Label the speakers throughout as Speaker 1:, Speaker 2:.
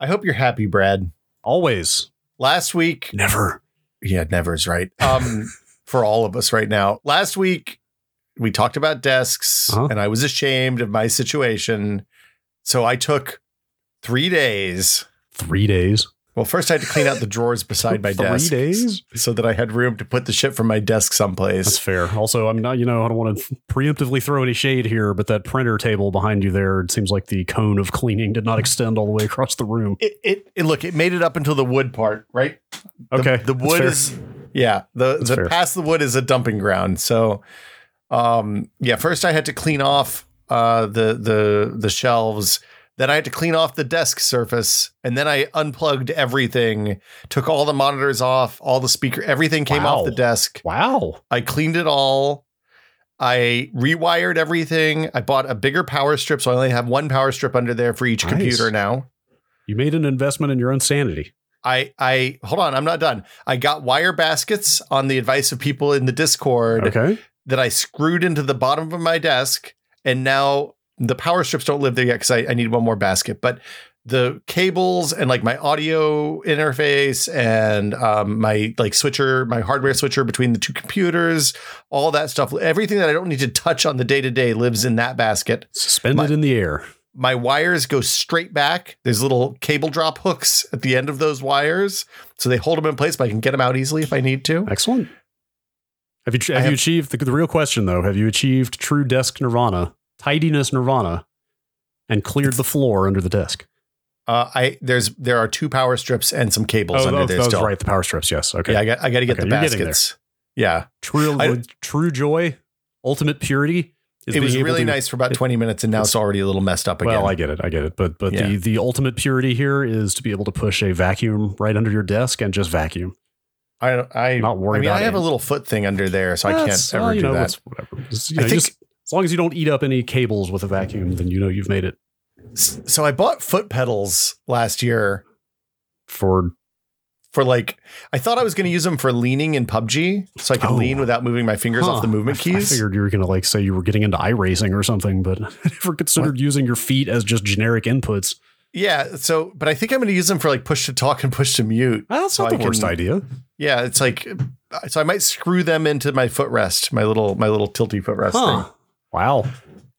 Speaker 1: I hope you're happy, Brad.
Speaker 2: Always.
Speaker 1: Last week,
Speaker 2: Never.
Speaker 1: yeah, never is right. Um, for all of us right now. Last week we talked about desks,
Speaker 2: Uh-huh.
Speaker 1: and I was ashamed of my situation, so I took three days.
Speaker 2: Three days.
Speaker 1: Well, first I had to clean out the drawers beside my
Speaker 2: Three
Speaker 1: desk.
Speaker 2: days?
Speaker 1: So that I had room to put the shit from my desk
Speaker 2: That's
Speaker 1: someplace.
Speaker 2: fair. Also, I'm not, you know, I don't want to preemptively throw any shade here, but that printer table behind you there, it seems like the cone of cleaning did not extend all the way across the room.
Speaker 1: It, it, it look it made it up until the wood part, right? The-
Speaker 2: Okay.
Speaker 1: The,
Speaker 2: that's
Speaker 1: wood
Speaker 2: fair.
Speaker 1: is yeah. The
Speaker 2: That's
Speaker 1: the
Speaker 2: fair.
Speaker 1: past the wood is a dumping ground. So um yeah, first I had to clean off uh the the the shelves. Then I had to clean off the desk surface, and then I unplugged everything, took all the monitors off, all the speaker, everything came
Speaker 2: Wow.
Speaker 1: off the desk.
Speaker 2: Wow.
Speaker 1: I cleaned it all. I rewired everything. I bought a bigger power strip, so I only have one power strip under there for each
Speaker 2: Nice.
Speaker 1: computer now.
Speaker 2: You made an investment in your own sanity.
Speaker 1: I I hold on, I'm not done. I got wire baskets on the advice of people in the Discord
Speaker 2: Okay.
Speaker 1: that I screwed into the bottom of my desk, and now the power strips don't live there yet because I, I need one more basket. But the cables and like my audio interface and um, my like switcher, my hardware switcher between the two computers, all that stuff, everything that I don't need to touch on the day to day lives in that basket
Speaker 2: Suspended in the air.
Speaker 1: my wires go straight back. There's little cable drop hooks at the end of those wires, so they hold them in place. But I can get them out easily if I need to.
Speaker 2: Excellent. Have you
Speaker 1: I
Speaker 2: have,
Speaker 1: have-
Speaker 2: you achieved the, the real question though? Have you achieved true desk nirvana, tidiness nirvana, and cleared the floor under the desk?
Speaker 1: Uh, I there's there are two power strips and some cables
Speaker 2: Oh,
Speaker 1: under
Speaker 2: that,
Speaker 1: there
Speaker 2: that was
Speaker 1: still.
Speaker 2: right. The power strips. Yes. Okay.
Speaker 1: Yeah, I got I got to get
Speaker 2: Okay,
Speaker 1: the
Speaker 2: you're getting there.
Speaker 1: baskets. Yeah,
Speaker 2: True.
Speaker 1: I-
Speaker 2: true joy. Ultimate purity. Is
Speaker 1: it was
Speaker 2: being able
Speaker 1: really
Speaker 2: to-
Speaker 1: nice for about 20 minutes, and now it's, already a little messed up again.
Speaker 2: Well, I get it. I get it. But but the
Speaker 1: Yeah.
Speaker 2: the ultimate purity here is to be able to push a vacuum right under your desk and just vacuum.
Speaker 1: I don't- I
Speaker 2: Not worried
Speaker 1: I mean,
Speaker 2: about
Speaker 1: I have
Speaker 2: it.
Speaker 1: a little foot thing under there, so I
Speaker 2: That's-
Speaker 1: can't ever
Speaker 2: well, you
Speaker 1: do
Speaker 2: know,
Speaker 1: that.
Speaker 2: it's Whatever. It's, you
Speaker 1: I
Speaker 2: know,
Speaker 1: think-
Speaker 2: just- as long as you don't eat up any cables with a vacuum, then you know you've made it.
Speaker 1: S- So I bought foot pedals last year
Speaker 2: For
Speaker 1: for like I thought I was going to use them for leaning in PUBG, so I could
Speaker 2: Oh.
Speaker 1: lean without moving my fingers
Speaker 2: Huh.
Speaker 1: off the movement
Speaker 2: I, f- I
Speaker 1: keys.
Speaker 2: figured you were gonna like say you were getting into iRacing or something, but I never considered using your feet as just generic inputs.
Speaker 1: Yeah, so but I think I'm going to use them for like push to talk and push to mute.
Speaker 2: That's
Speaker 1: So
Speaker 2: not
Speaker 1: I
Speaker 2: the worst
Speaker 1: can-
Speaker 2: idea.
Speaker 1: Yeah, it's like so I might screw them into my footrest, my little my little tilty footrest
Speaker 2: Huh.
Speaker 1: thing.
Speaker 2: Wow.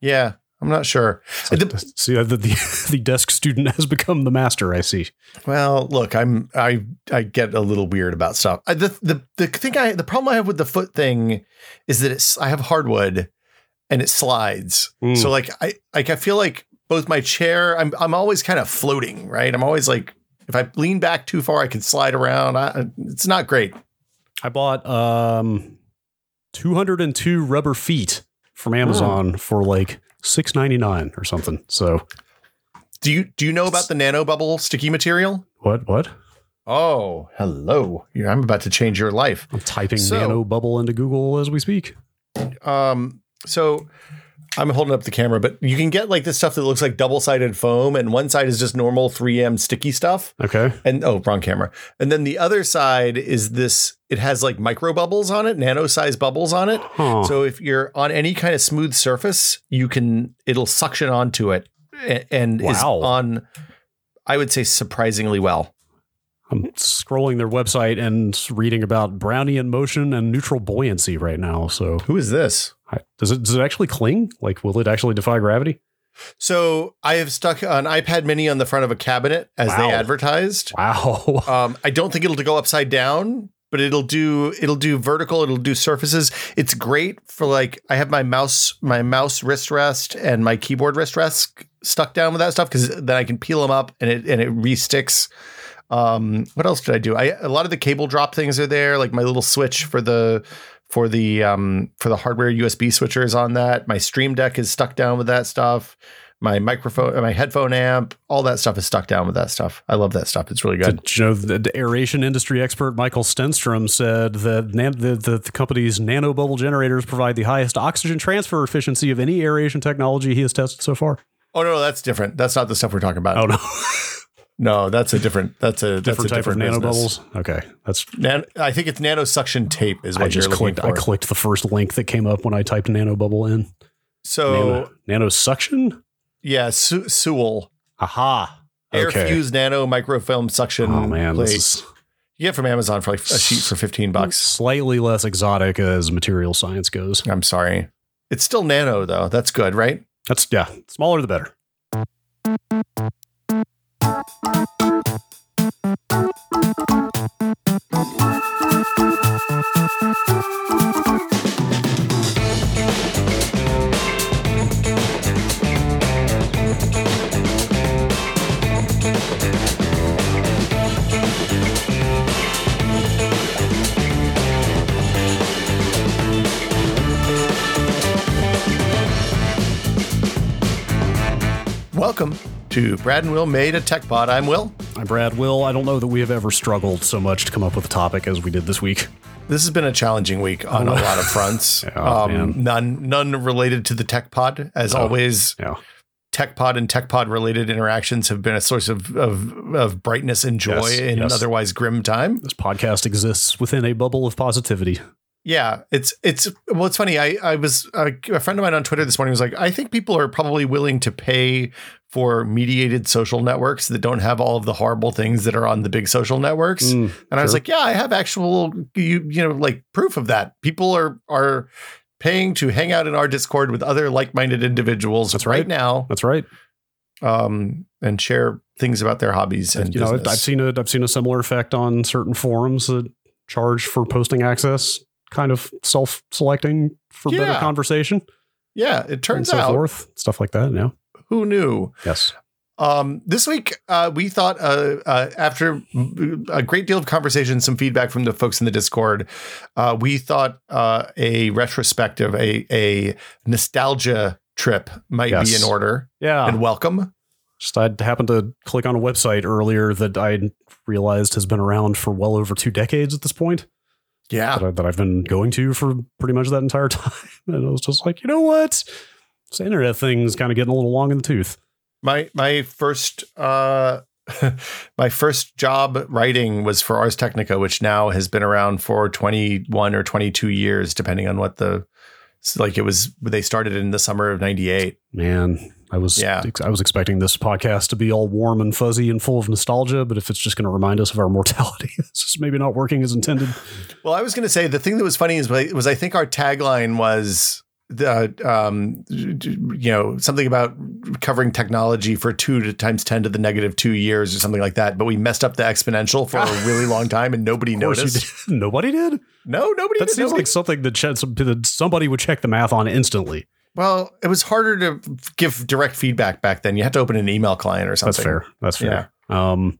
Speaker 1: Yeah, I'm not sure. The-
Speaker 2: See, uh, the, the the desk student has become the master. I see.
Speaker 1: well, look, I'm I I get a little weird about stuff. I, the the the thing I the problem I have with the foot thing is that it's I have hardwood and it slides.
Speaker 2: Mm.
Speaker 1: So like I like I feel like both my chair I'm I'm always kind of floating, right? I'm always like if I lean back too far, I can slide around. I, it's not great.
Speaker 2: I bought um 202 rubber feet from
Speaker 1: Hmm.
Speaker 2: Amazon for like 6.99 or something. So,
Speaker 1: Do you do you know about the nanobubble sticky material?
Speaker 2: what what?
Speaker 1: Oh, hello. Yeah, I'm about to change your life.
Speaker 2: I'm typing
Speaker 1: So-
Speaker 2: nano bubble into Google as we speak.
Speaker 1: Um, so I'm holding up the camera, but you can get like this stuff that looks like double-sided foam, and one side is just normal 3M sticky stuff.
Speaker 2: Okay.
Speaker 1: And oh, wrong camera. And then the other side is this, it has like micro bubbles on it, nano size bubbles on it.
Speaker 2: Huh.
Speaker 1: So if you're on any kind of smooth surface, you can it'll suction onto it a- and is
Speaker 2: Wow.
Speaker 1: on I would say surprisingly well.
Speaker 2: I'm scrolling their website and reading about Brownian motion and neutral buoyancy right now. So,
Speaker 1: Who is this?
Speaker 2: I, does it does it actually cling? Like will it actually defy gravity?
Speaker 1: So I have stuck an iPad mini on the front of a cabinet as
Speaker 2: Wow.
Speaker 1: they advertised.
Speaker 2: Wow.
Speaker 1: Um, I don't think it'll go upside down, but it'll do it'll do vertical. It'll do surfaces. It's great for like I have my mouse my mouse wrist rest and my keyboard wrist rest stuck down with that stuff because then I can peel them up and it and it resticks. Um, what else did I do? I a lot of the cable drop things are there, like my little switch for the for the um for the hardware USB switcher is on that. My stream deck is stuck down with that stuff. My microphone, my headphone amp, all that stuff is stuck down with that stuff. I love that stuff. It's really good.
Speaker 2: Did you know the, the aeration industry expert Michael Stenstrom said that nan, the, the, the company's nano bubble generators provide the highest oxygen transfer efficiency of any aeration technology he has tested so far?
Speaker 1: Oh no, that's different. That's not the stuff we're talking about.
Speaker 2: Oh no,
Speaker 1: No, that's a different. That's a that's
Speaker 2: different
Speaker 1: a
Speaker 2: type
Speaker 1: different
Speaker 2: of nano
Speaker 1: business.
Speaker 2: bubbles. Okay, that's
Speaker 1: Nan- I think it's nano suction tape is what
Speaker 2: I just
Speaker 1: you're looking
Speaker 2: clicked. I
Speaker 1: for.
Speaker 2: clicked the first link that came up when I typed nano bubble in.
Speaker 1: so Oh.
Speaker 2: nano, nano suction.
Speaker 1: yeah, Su- Sewell.
Speaker 2: Aha.
Speaker 1: Air
Speaker 2: Okay.
Speaker 1: fused nano microfilm suction.
Speaker 2: Oh man,
Speaker 1: plate.
Speaker 2: this is
Speaker 1: you get from Amazon for like a sheet for fifteen bucks.
Speaker 2: slightly less exotic as material science goes.
Speaker 1: I'm sorry. It's still nano though. That's good, right?
Speaker 2: That's yeah, smaller the better.
Speaker 1: Welcome to Brad and Will made a tech pod. I'm Will.
Speaker 2: I'm Brad Will. I don't know that we have ever struggled so much to come up with a topic as we did this week.
Speaker 1: This has been a challenging week on a lot of fronts. Um,
Speaker 2: Oh, man.
Speaker 1: none none related to the tech pod. As
Speaker 2: Oh.
Speaker 1: always,
Speaker 2: Yeah.
Speaker 1: tech pod and tech pod related interactions have been a source of of, of brightness and joy
Speaker 2: Yes,
Speaker 1: in an
Speaker 2: yes.
Speaker 1: otherwise grim time.
Speaker 2: This podcast exists within a bubble of positivity.
Speaker 1: Yeah, it's it's well, it's funny. I I was a, a friend of mine on Twitter this morning was like, I think people are probably willing to pay for mediated social networks that don't have all of the horrible things that are on the big social networks.
Speaker 2: Mm,
Speaker 1: And I was
Speaker 2: Sure.
Speaker 1: like, yeah, I have actual you you know like proof of that. People are are paying to hang out in our Discord with other like-minded individuals
Speaker 2: That's
Speaker 1: right,
Speaker 2: right.
Speaker 1: now
Speaker 2: That's right.
Speaker 1: um and share things about their hobbies and
Speaker 2: you know,
Speaker 1: business.
Speaker 2: I've seen a I've seen a similar effect on certain forums that charge for posting access, kind of self-selecting for better
Speaker 1: Yeah.
Speaker 2: conversation
Speaker 1: yeah, it
Speaker 2: and
Speaker 1: turns
Speaker 2: so
Speaker 1: out
Speaker 2: forth, stuff like that. Yeah.
Speaker 1: who knew?
Speaker 2: Yes.
Speaker 1: Um, this week, uh, we thought uh, uh, after a great deal of conversation, some feedback from the folks in the Discord, uh, we thought uh, a retrospective, a, a nostalgia trip might be
Speaker 2: Yes. Ah.
Speaker 1: in order
Speaker 2: Yeah.
Speaker 1: and welcome.
Speaker 2: Just I happened to click on a website earlier that I realized has been around for well over two decades at this point
Speaker 1: Yeah.
Speaker 2: that, I, that I've been going to for pretty much that entire time, and I was just like, you know what, this internet thing's kind of getting a little long in the tooth.
Speaker 1: My my first uh, my first job writing was for Ars Technica, which now has been around for 21 or 22 years, depending on what the it's like it was they started in the summer of 98.
Speaker 2: Man, I was
Speaker 1: Yeah.
Speaker 2: I was expecting this podcast to be all warm and fuzzy and full of nostalgia, but if it's just going to remind us of our mortality, it's just maybe not working as intended.
Speaker 1: Well, I was going to say the thing that was funny is was I think our tagline was the um you know something about covering technology for two to times 10 to the negative 2 years or something like that but we messed up the exponential for a really long time and nobody
Speaker 2: Of course you
Speaker 1: noticed
Speaker 2: did. Nobody did.
Speaker 1: no nobody
Speaker 2: That
Speaker 1: did.
Speaker 2: seems
Speaker 1: Nobody-
Speaker 2: like something that, ch- some- that somebody would check the math on instantly.
Speaker 1: well it was harder to give direct feedback back then you had to open an email client or something
Speaker 2: That's fair. That's fair. Um,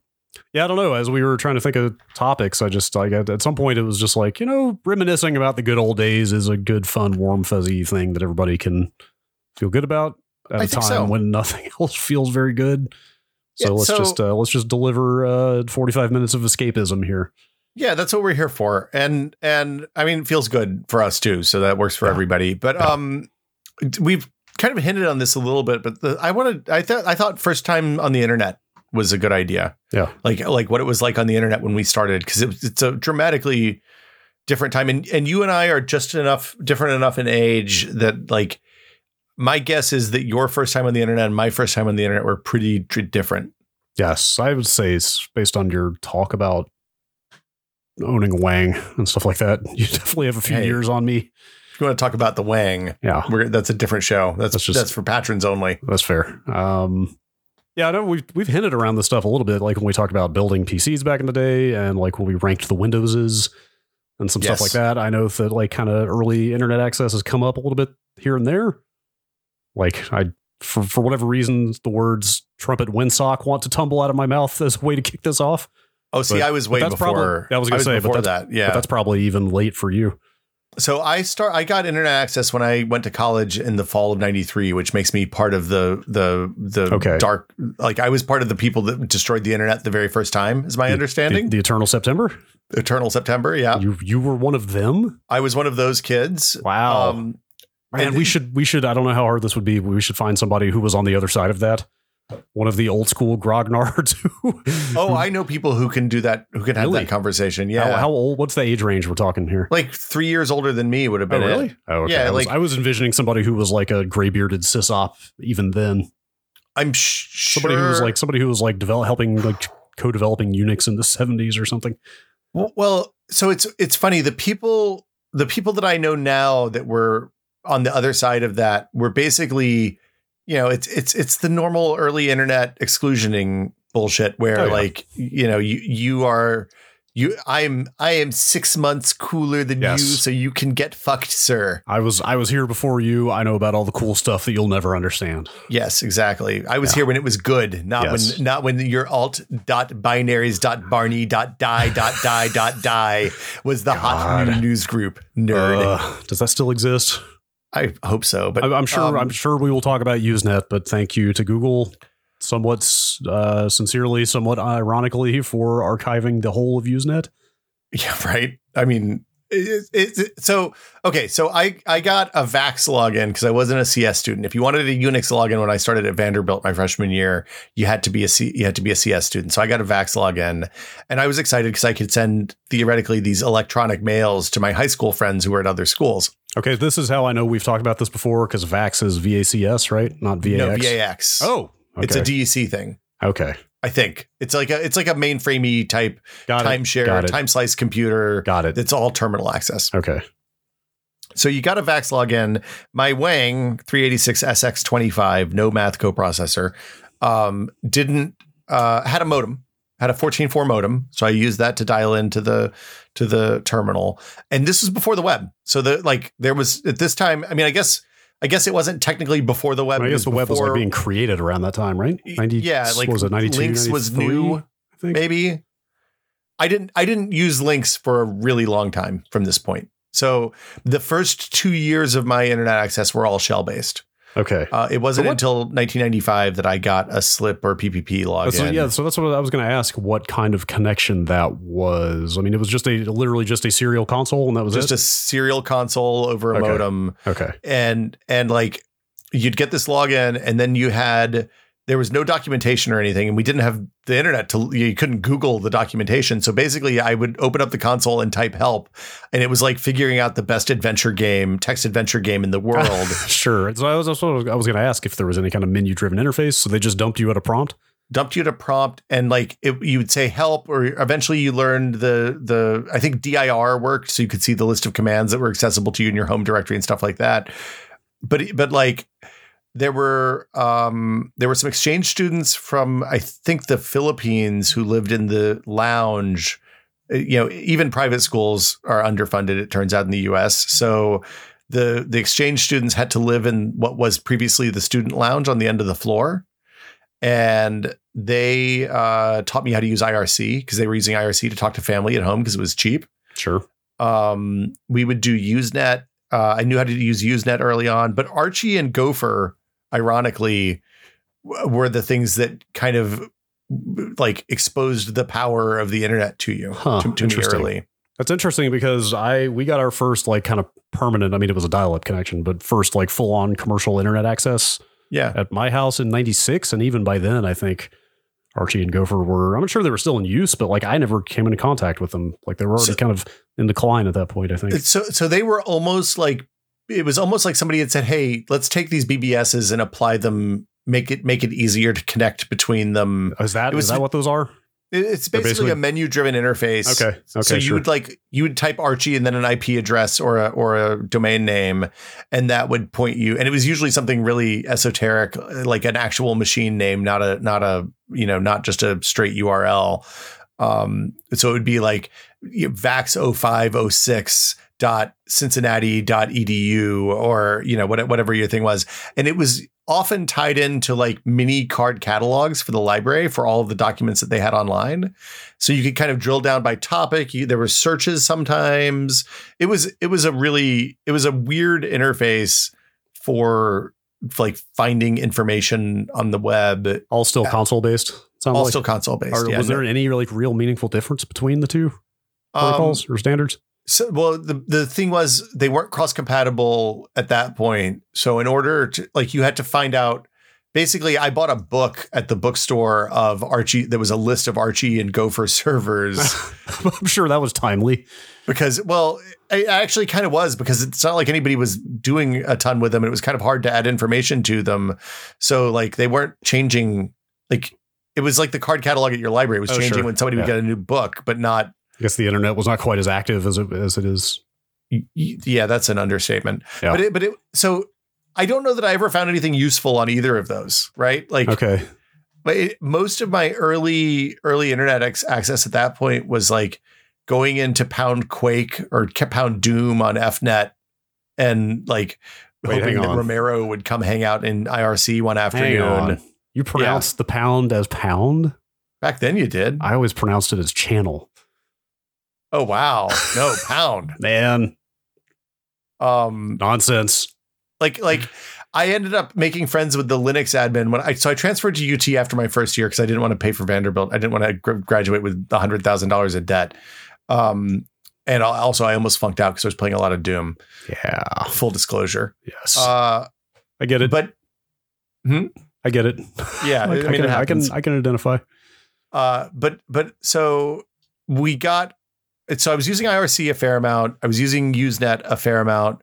Speaker 2: yeah, I don't know. As we were trying to think of topics, I just like at, at some point it was just like you know, reminiscing about the good old days is a good, fun, warm, fuzzy thing that everybody can feel good about at
Speaker 1: I
Speaker 2: a
Speaker 1: think
Speaker 2: time
Speaker 1: so.
Speaker 2: when nothing else feels very good. So
Speaker 1: Yeah,
Speaker 2: let's
Speaker 1: so-
Speaker 2: just uh, let's just deliver uh, forty five minutes of escapism here.
Speaker 1: Yeah, that's what we're here for. And and I mean it feels good for us too, so that works for
Speaker 2: Yeah.
Speaker 1: everybody. But
Speaker 2: Yeah.
Speaker 1: um we've kind of hinted on this a little bit, but the, I wanted I thought I thought first time on the internet was a good idea.
Speaker 2: Yeah.
Speaker 1: Like like what it was like on the internet when we started cuz it, was- it's a dramatically different time and and you and I are just enough different enough in age that like my guess is that your first time on the internet and my first time on the internet were pretty tr- different.
Speaker 2: Yes, I would say it's based on your talk about owning Wang and stuff like that. You definitely have a few
Speaker 1: Hey.
Speaker 2: years on me.
Speaker 1: If you want to talk about the Wang,
Speaker 2: Yeah.
Speaker 1: we're, that's a different show. That's
Speaker 2: Oh. That's just-
Speaker 1: that's for patrons only.
Speaker 2: That's fair. Um, yeah, I know we've we've hinted around this stuff a little bit, like when we talked about building PCs back in the day, and like when we ranked the Windowses and some
Speaker 1: Yes.
Speaker 2: stuff like that. I know that like kind of early internet access has come up a little bit here and there. Like I, for for whatever reason, the words "trumpet windsock" want to tumble out of my mouth as a way to kick this off.
Speaker 1: Oh, see,
Speaker 2: But-
Speaker 1: I was way
Speaker 2: that's
Speaker 1: before.
Speaker 2: probably- I was gonna say, but
Speaker 1: before that,
Speaker 2: But
Speaker 1: yeah.
Speaker 2: that's probably even late for you.
Speaker 1: So I start. I got internet access when I went to college in the fall of '93, which makes me part of the the the
Speaker 2: Okay.
Speaker 1: dark. Like I was part of the people that destroyed the internet the very first time. Is my
Speaker 2: The- The,
Speaker 1: understanding?
Speaker 2: the Eternal September.
Speaker 1: Eternal September. Yeah,
Speaker 2: You you were one of them.
Speaker 1: I was one of those kids.
Speaker 2: Wow.
Speaker 1: Um,
Speaker 2: Man,
Speaker 1: And-
Speaker 2: we should we should I don't know how hard this would be, but we should find somebody who was on the other side of that. One of the old school grognards who
Speaker 1: oh, I know people who can do that. Who can have
Speaker 2: Really?
Speaker 1: that conversation? Yeah,
Speaker 2: how, how old what's the age range we're talking here?
Speaker 1: like three years older than me would have been. it.
Speaker 2: Oh okay.
Speaker 1: Yeah,
Speaker 2: I, was,
Speaker 1: like-
Speaker 2: I was envisioning somebody who was like a gray bearded sysop even then.
Speaker 1: I'm sh-
Speaker 2: Somebody
Speaker 1: sure
Speaker 2: who was like somebody who was like develop, helping like co-developing Unix in the 70s or something.
Speaker 1: W- Well, so it's it's funny. The people the people that I know now that were on the other side of that were basically, you know, it's it's it's the normal early internet exclusioning bullshit where
Speaker 2: Oh, yeah.
Speaker 1: like you know you you are you I'm I am six months cooler than
Speaker 2: Yes.
Speaker 1: you, so you can get fucked, sir.
Speaker 2: I was I was here before you. I know about all the cool stuff that you'll never understand.
Speaker 1: Yes, exactly. I was
Speaker 2: Yeah.
Speaker 1: here when it was good, not
Speaker 2: Yes.
Speaker 1: when not when your alt dot binaries dot barney dot die dot die dot die was the hot
Speaker 2: God.
Speaker 1: new news group nerd.
Speaker 2: Uh, does that still exist?
Speaker 1: I hope so, but
Speaker 2: I, I'm sure.
Speaker 1: um,
Speaker 2: I'm sure we will talk about Usenet, but thank you to Google, somewhat uh, sincerely, somewhat ironically, for archiving the whole of Usenet.
Speaker 1: yeah, right. I mean, it, it, it- so okay, so I I got a Vax login because I wasn't a CS student. If you wanted a Unix login when I started at Vanderbilt my freshman year, you had to be a C, you had to be a CS student. So I got a Vax login, and I was excited because I could send theoretically these electronic mails to my high school friends who were at other schools.
Speaker 2: Okay, this is how I know we've talked about this before because Vax is VACS, right? Not VAX.
Speaker 1: No VAX.
Speaker 2: Oh, okay.
Speaker 1: it's a DEC thing.
Speaker 2: okay.
Speaker 1: I think it's like a it's like a mainframey type
Speaker 2: Got it.
Speaker 1: timeshare
Speaker 2: Got it.
Speaker 1: time slice computer.
Speaker 2: Got it.
Speaker 1: It's all terminal access.
Speaker 2: Okay.
Speaker 1: So you got a Vax login. My Wang 386SX25, no math coprocessor, um, didn't uh, had a modem, had a 14.4 modem. So I used that to dial into the to the terminal. And this was before the web. So the like there was at this time, I mean, I guess I guess it wasn't technically before the web.
Speaker 2: I
Speaker 1: It
Speaker 2: guess the web was like
Speaker 1: before-
Speaker 2: being created around that time, right? Ninety.
Speaker 1: yeah, like
Speaker 2: what was it ninety two?
Speaker 1: Links was new,
Speaker 2: I think.
Speaker 1: maybe. I didn't I didn't use links for a really long time from this point. So the first two years of my internet access were all shell based.
Speaker 2: Okay.
Speaker 1: Uh, it wasn't
Speaker 2: what-
Speaker 1: until 1995 that I got a slip or PPP login.
Speaker 2: So, yeah, so that's what I was going to ask. What kind of connection that was? I mean, it was just a literally just a serial console, and that was
Speaker 1: just a
Speaker 2: it.
Speaker 1: serial console over a
Speaker 2: Okay.
Speaker 1: modem,
Speaker 2: okay.
Speaker 1: and and like you'd get this login, and then you had there was no documentation or anything, and we didn't have the internet to you couldn't Google the documentation. So basically, I would open up the console and type help, and it was like figuring out the best adventure game, text adventure game in the world.
Speaker 2: Sure. So I was that's what I was, going to ask if there was any kind of menu driven interface. So they just dumped you at a prompt.
Speaker 1: dumped you to prompt and like it, you would say help or eventually you learned the the i think dir worked so you could see the list of commands that were accessible to you in your home directory and stuff like that but but like there were um there were some exchange students from i think the philippines who lived in the lounge Uh, you know even private schools are underfunded it turns out in the us so the the exchange students had to live in what was previously the student lounge on the end of the floor and they uh, taught me how to use IRC because they were using IRC to talk to family at home because it was cheap.
Speaker 2: Sure.
Speaker 1: Um, we would do Usenet. Uh, I knew how to use Usenet early on, but Archie and Gopher, ironically, w- were the things that kind of like exposed the power of the internet to you
Speaker 2: Huh,
Speaker 1: to, to me
Speaker 2: interesting.
Speaker 1: early.
Speaker 2: That's interesting because I we got our first like kind of permanent. I mean, it was a dial up connection, but first like full on commercial internet access
Speaker 1: Yeah,
Speaker 2: at my house in '96, and even by then, I think. Archie and Gopher were, I'm sure they were still in use, but like I never came into contact with them. Like they were already
Speaker 1: So-
Speaker 2: kind of in decline at that point, I think.
Speaker 1: Uh, so so they were almost like it was almost like somebody had said, "Hey, let's take these BBSs and apply them." Make it make it easier to connect between them.
Speaker 2: Is that
Speaker 1: It was-
Speaker 2: is that what those are?
Speaker 1: It- It's
Speaker 2: They're
Speaker 1: basically,
Speaker 2: basically-
Speaker 1: a menu-driven interface.
Speaker 2: Okay. Okay.
Speaker 1: so you
Speaker 2: sure.
Speaker 1: would like you would type Archie and then an IP address or a or a domain name, and that would point you. And it was usually something really esoteric, uh, like an actual machine name, not a not a you know not just a straight URL. Um, so it would be like you know, vax0506 dot cincinnati dot edu or you know what, whatever your thing was and it was often tied into like mini card catalogs for the library for all of the documents that they had online so you could kind of drill down by topic you, there were searches sometimes it was it was a really it was a weird interface for like finding information on the web
Speaker 2: all still
Speaker 1: Yeah.
Speaker 2: console based. Sounds
Speaker 1: all
Speaker 2: Oh, like.
Speaker 1: still console based
Speaker 2: Or was there any like real meaningful difference between the two
Speaker 1: Um,
Speaker 2: protocols or standards?
Speaker 1: So, well, the the thing was they weren't cross compatible at that point. So, in order to like, you had to find out basically I bought a book at the bookstore of Archie. There was a list of Archie and Gopher servers
Speaker 2: I'm sure that was timely.
Speaker 1: because, well, it actually kind of was because it's not like anybody was doing a ton with them. And it was kind of hard to add information to them. So like they weren't changing, like it was like the card catalog at your library was
Speaker 2: Oh,
Speaker 1: changing
Speaker 2: sure.
Speaker 1: when somebody would
Speaker 2: Yeah.
Speaker 1: get a new book, but not
Speaker 2: I guess the internet was not quite as active as it as it is.
Speaker 1: y- y- yeah, that's an understatement.
Speaker 2: Yeah.
Speaker 1: But it, but it, so I don't know that I ever found anything useful on either of those, right? Like,
Speaker 2: Okay.
Speaker 1: but it, most of my early early internet ex- access at that point was like going into Pound Quake or K- Pound Doom on FNet, and like
Speaker 2: Wait, hang
Speaker 1: hoping that
Speaker 2: on.
Speaker 1: Romero would come hang out in IRC one afternoon.
Speaker 2: You pronounced the pound as pound?
Speaker 1: Back then, you did.
Speaker 2: I always pronounced it as channel.
Speaker 1: Oh wow, no Pound.
Speaker 2: Man,
Speaker 1: Um,
Speaker 2: nonsense.
Speaker 1: like like I ended up making friends with the Linux admin when I so I transferred to UT after my first year because I didn't want to pay for Vanderbilt. I didn't want to gr- graduate with hundred thousand dollars in debt. Um, and I- also I almost funked out because I was playing a lot of Doom.
Speaker 2: Yeah.
Speaker 1: Full disclosure.
Speaker 2: Yes.
Speaker 1: Uh,
Speaker 2: I get it.
Speaker 1: but
Speaker 2: I get it.
Speaker 1: yeah,
Speaker 2: I,
Speaker 1: I, mean
Speaker 2: can,
Speaker 1: it
Speaker 2: I
Speaker 1: happens.
Speaker 2: can I can identify.
Speaker 1: Uh, but but so we got so I was using IRC a fair amount. I was using Usenet a fair amount.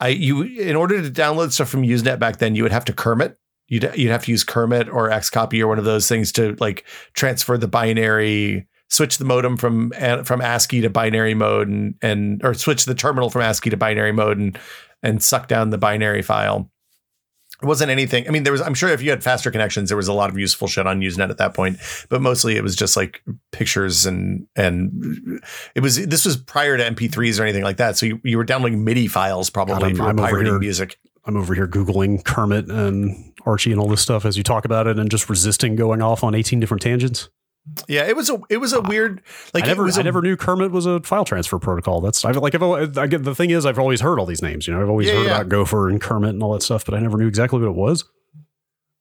Speaker 1: I you in order to download stuff from Usenet back then, you would have to Kermit. You'd you'd have to use Kermit or Xcopy or one of those things to like transfer the binary, switch the modem from an- from ASCII to binary mode, and and or switch the terminal from ASCII to binary mode, and and suck down the binary file. It wasn't anything. I mean, there was. I'm sure if you had faster connections, there was a lot of useful shit on Usenet at that point but mostly it was just like pictures and and it was this was prior to MP3s or anything like that. So you, you were downloading MIDI files
Speaker 2: God,
Speaker 1: probably
Speaker 2: I'm-
Speaker 1: for
Speaker 2: I'm over
Speaker 1: pirating
Speaker 2: here.
Speaker 1: music.
Speaker 2: I'm over here googling Kermit and Archie and all this stuff as you talk about it, and just resisting going off on 18 different tangents.
Speaker 1: Yeah, it was a it was a weird like
Speaker 2: Ah, I never,
Speaker 1: it was
Speaker 2: I
Speaker 1: a-
Speaker 2: never knew Kermit was a file transfer protocol. That's I've like I've, al- I get the thing is I've always heard all these names. You know, I've always
Speaker 1: Yeah,
Speaker 2: heard
Speaker 1: yeah.
Speaker 2: about Gopher and Kermit and all that stuff, but I never knew exactly what it was.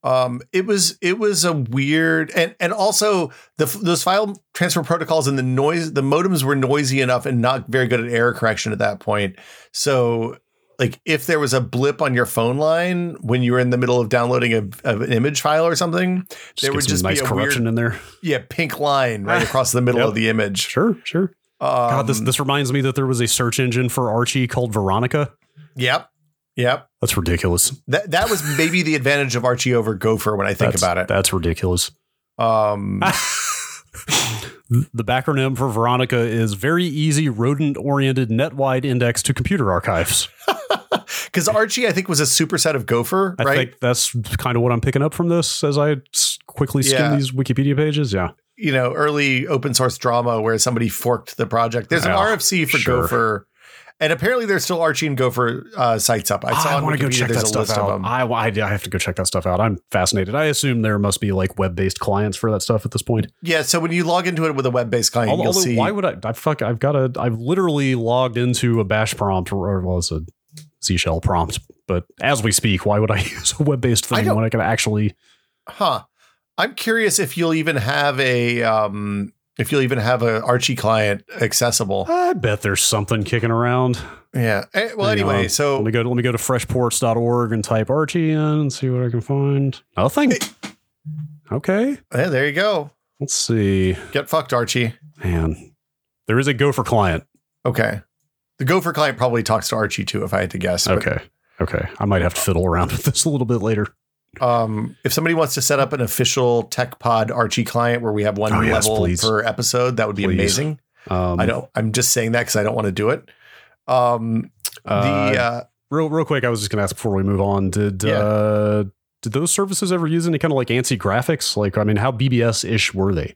Speaker 1: um it was it was a weird and and also the f- those file transfer protocols and the noise the modems were noisy enough and not very good at error correction at that point. So like if there was a blip on your phone line when you were in the middle of downloading a, of an image file or something,
Speaker 2: Just
Speaker 1: There
Speaker 2: get
Speaker 1: would
Speaker 2: some
Speaker 1: just be
Speaker 2: nice
Speaker 1: a
Speaker 2: corruption in there.
Speaker 1: yeah, pink line right across the middle
Speaker 2: Yep.
Speaker 1: of the image.
Speaker 2: Sure, sure. God, this
Speaker 1: Um,
Speaker 2: this reminds me that there was a search engine for Archie called Veronica.
Speaker 1: Yep. Yep.
Speaker 2: That's ridiculous.
Speaker 1: That that was maybe the advantage of Archie over Gopher when I think
Speaker 2: That's-
Speaker 1: about it.
Speaker 2: That's ridiculous.
Speaker 1: Um
Speaker 2: the backronym for Veronica is Very Easy Rodent Oriented Net-Wide Index to Computer Archives.
Speaker 1: because Archie I think was a superset of Gopher,
Speaker 2: I
Speaker 1: right?
Speaker 2: think that's kind of what I'm picking up from this as I s- quickly skim
Speaker 1: Yeah.
Speaker 2: these Wikipedia pages. Yeah.
Speaker 1: you know, early open source drama where somebody forked the project. There's an
Speaker 2: Yeah,
Speaker 1: RFC for
Speaker 2: sure.
Speaker 1: Gopher. And apparently there's still Archie and Gopher uh, sites up. I saw on
Speaker 2: Ah, wanna
Speaker 1: Wikipedia there's a list
Speaker 2: out.
Speaker 1: of them.
Speaker 2: I, I, I have to go check that stuff out. I'm fascinated. I assume there must be like web-based clients for that stuff at this point.
Speaker 1: yeah, so when you log into it with a web-based client,
Speaker 2: Although,
Speaker 1: Uh, you'll
Speaker 2: although
Speaker 1: see
Speaker 2: why would I? I fuck. I've got a. I've literally logged into a Bash prompt, or, or well, it's a Z shell prompt. But as we speak, why would I use a web-based
Speaker 1: I
Speaker 2: thing
Speaker 1: don't-
Speaker 2: when I can actually?
Speaker 1: huh. I'm curious if you'll even have a um if you'll even have a Archie client accessible.
Speaker 2: I bet there's something kicking around.
Speaker 1: Yeah. Eh, Well,
Speaker 2: Hang
Speaker 1: anyway,
Speaker 2: on.
Speaker 1: so
Speaker 2: let me go. To, let me go to freshports.org and type Archie in and see what I can find. Nothing. Okay.
Speaker 1: Yeah, eh, there you go.
Speaker 2: Let's see.
Speaker 1: Get fucked, Archie.
Speaker 2: Man, there is a Gopher client.
Speaker 1: Okay. The Gopher client probably talks to Archie too, if I had to guess. but,
Speaker 2: Okay. Okay. I might have to fiddle around with this a little bit later.
Speaker 1: um, if somebody wants to set up an official Tech Pod Archie client where we have one
Speaker 2: Oh, yes,
Speaker 1: level
Speaker 2: please.
Speaker 1: per episode, that would be
Speaker 2: Please.
Speaker 1: amazing.
Speaker 2: Um,
Speaker 1: I don't. I'm just saying that because I don't want to do it. Um,
Speaker 2: uh,
Speaker 1: the uh,
Speaker 2: real real quick i was just going to ask before we move on did
Speaker 1: Yeah.
Speaker 2: uh did those services ever use any kind of like ANSI graphics? Like, I mean, how BBS-ish were they?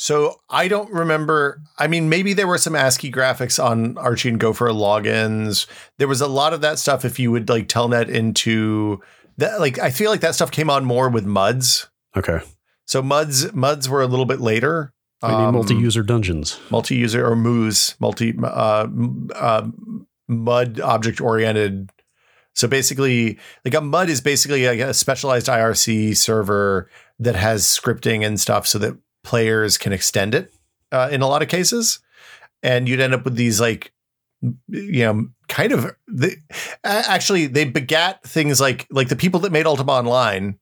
Speaker 1: so I don't remember. I mean, maybe there were some ASCII graphics on Archie and Gopher logins. There was a lot of that stuff. If you would like Telnet into that, like I feel like that stuff came on more with Muds.
Speaker 2: Okay.
Speaker 1: So muds muds were a little bit later.
Speaker 2: I mean,
Speaker 1: Um,
Speaker 2: multi-user dungeons.
Speaker 1: multi-user or moos, multi uh, m- uh, mud object oriented. So basically, like a mud is basically like a specialized IRC server that has scripting and stuff, so that players can extend it uh, in a lot of cases, and you'd end up with these like you know kind of the, a- actually they begat things like like the people that made Ultima Online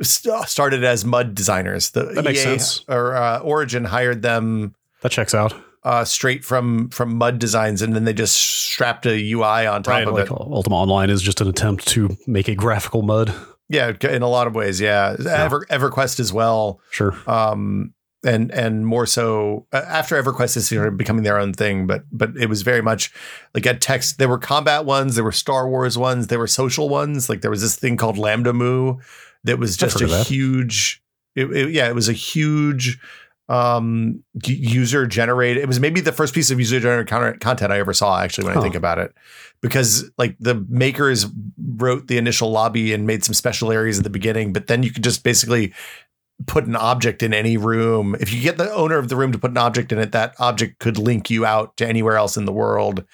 Speaker 1: st- started as mud designers. The
Speaker 2: That makes sense.
Speaker 1: Or uh, Origin hired them
Speaker 2: That checks out.
Speaker 1: uh, straight from from mud designs, and then they just strapped a UI on top
Speaker 2: Right,
Speaker 1: of
Speaker 2: like
Speaker 1: it.
Speaker 2: Ultima Online is just an attempt to make a graphical mud.
Speaker 1: Yeah, in a lot of ways. Yeah, Ever EverQuest as well.
Speaker 2: Sure.
Speaker 1: um, and and more so uh, after EverQuest is sort of becoming their own thing, but but it was very much like a text. There were combat ones, there were Star Wars ones, there were social ones. Like there was this thing called Lambda Mu that was just
Speaker 2: heard
Speaker 1: a
Speaker 2: of that.
Speaker 1: huge. It, it- yeah, it was a huge um user generated it was maybe the first piece of user generated con- content i ever saw actually when
Speaker 2: Huh.
Speaker 1: i think about it because like the makers wrote the initial lobby and made some special areas at the beginning but then you could just basically put an object in any room if you get the owner of the room to put an object in it that object could link you out to anywhere else in the world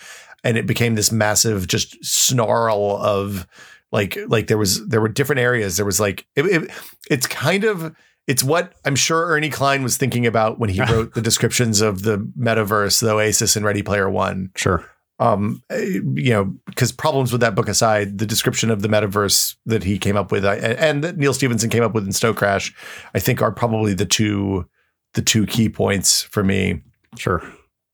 Speaker 1: and it became this massive just snarl of like like there was there were different areas there was like it, it, it's kind of it's what I'm sure Ernie Klein was thinking about when he wrote the descriptions of the metaverse, the Oasis, and Ready Player One.
Speaker 2: Sure.
Speaker 1: Um, eh, you know, because problems with that book aside, the description of the metaverse that he came up with I, and that Neil Stevenson came up with in Snow Crash, I think are probably the two the two key points for me.
Speaker 2: Sure.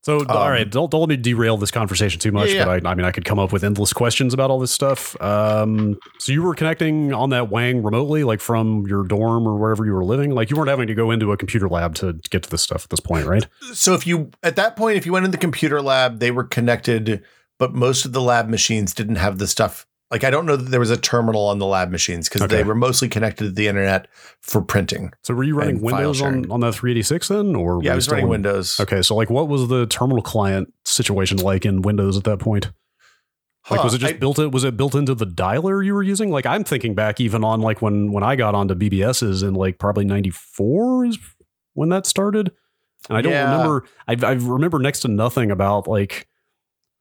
Speaker 2: So, all right, don't, don't let me derail this conversation too much,
Speaker 1: Um, Yeah,
Speaker 2: but I, I mean, I could come up with endless questions about all this stuff. Um, so, you were connecting on that Wang remotely, like from your dorm or wherever you were living? Like, you weren't having to go into a computer lab to get to this stuff at this point, right?
Speaker 1: So if you at that point, if you went in the computer lab, they were connected, but most of the lab machines didn't have the stuff. Like I don't know that there was a terminal on the lab machines because
Speaker 2: Okay.
Speaker 1: they were mostly connected to the internet for printing.
Speaker 2: So, were you running
Speaker 1: And file
Speaker 2: Windows on,
Speaker 1: sharing.
Speaker 2: on that 386 then? Or were
Speaker 1: Yeah,
Speaker 2: you
Speaker 1: I was
Speaker 2: still
Speaker 1: running
Speaker 2: in-
Speaker 1: Windows.
Speaker 2: Okay, so like, what was the terminal client situation like in Windows at that point? Like,
Speaker 1: Huh,
Speaker 2: was it just
Speaker 1: I-
Speaker 2: built? In, was it built into the dialer you were using? Like, I'm thinking back even on like when when I got onto BBSs in like probably '94 is when that started, and I don't
Speaker 1: Yeah.
Speaker 2: remember. I I remember next to nothing about like,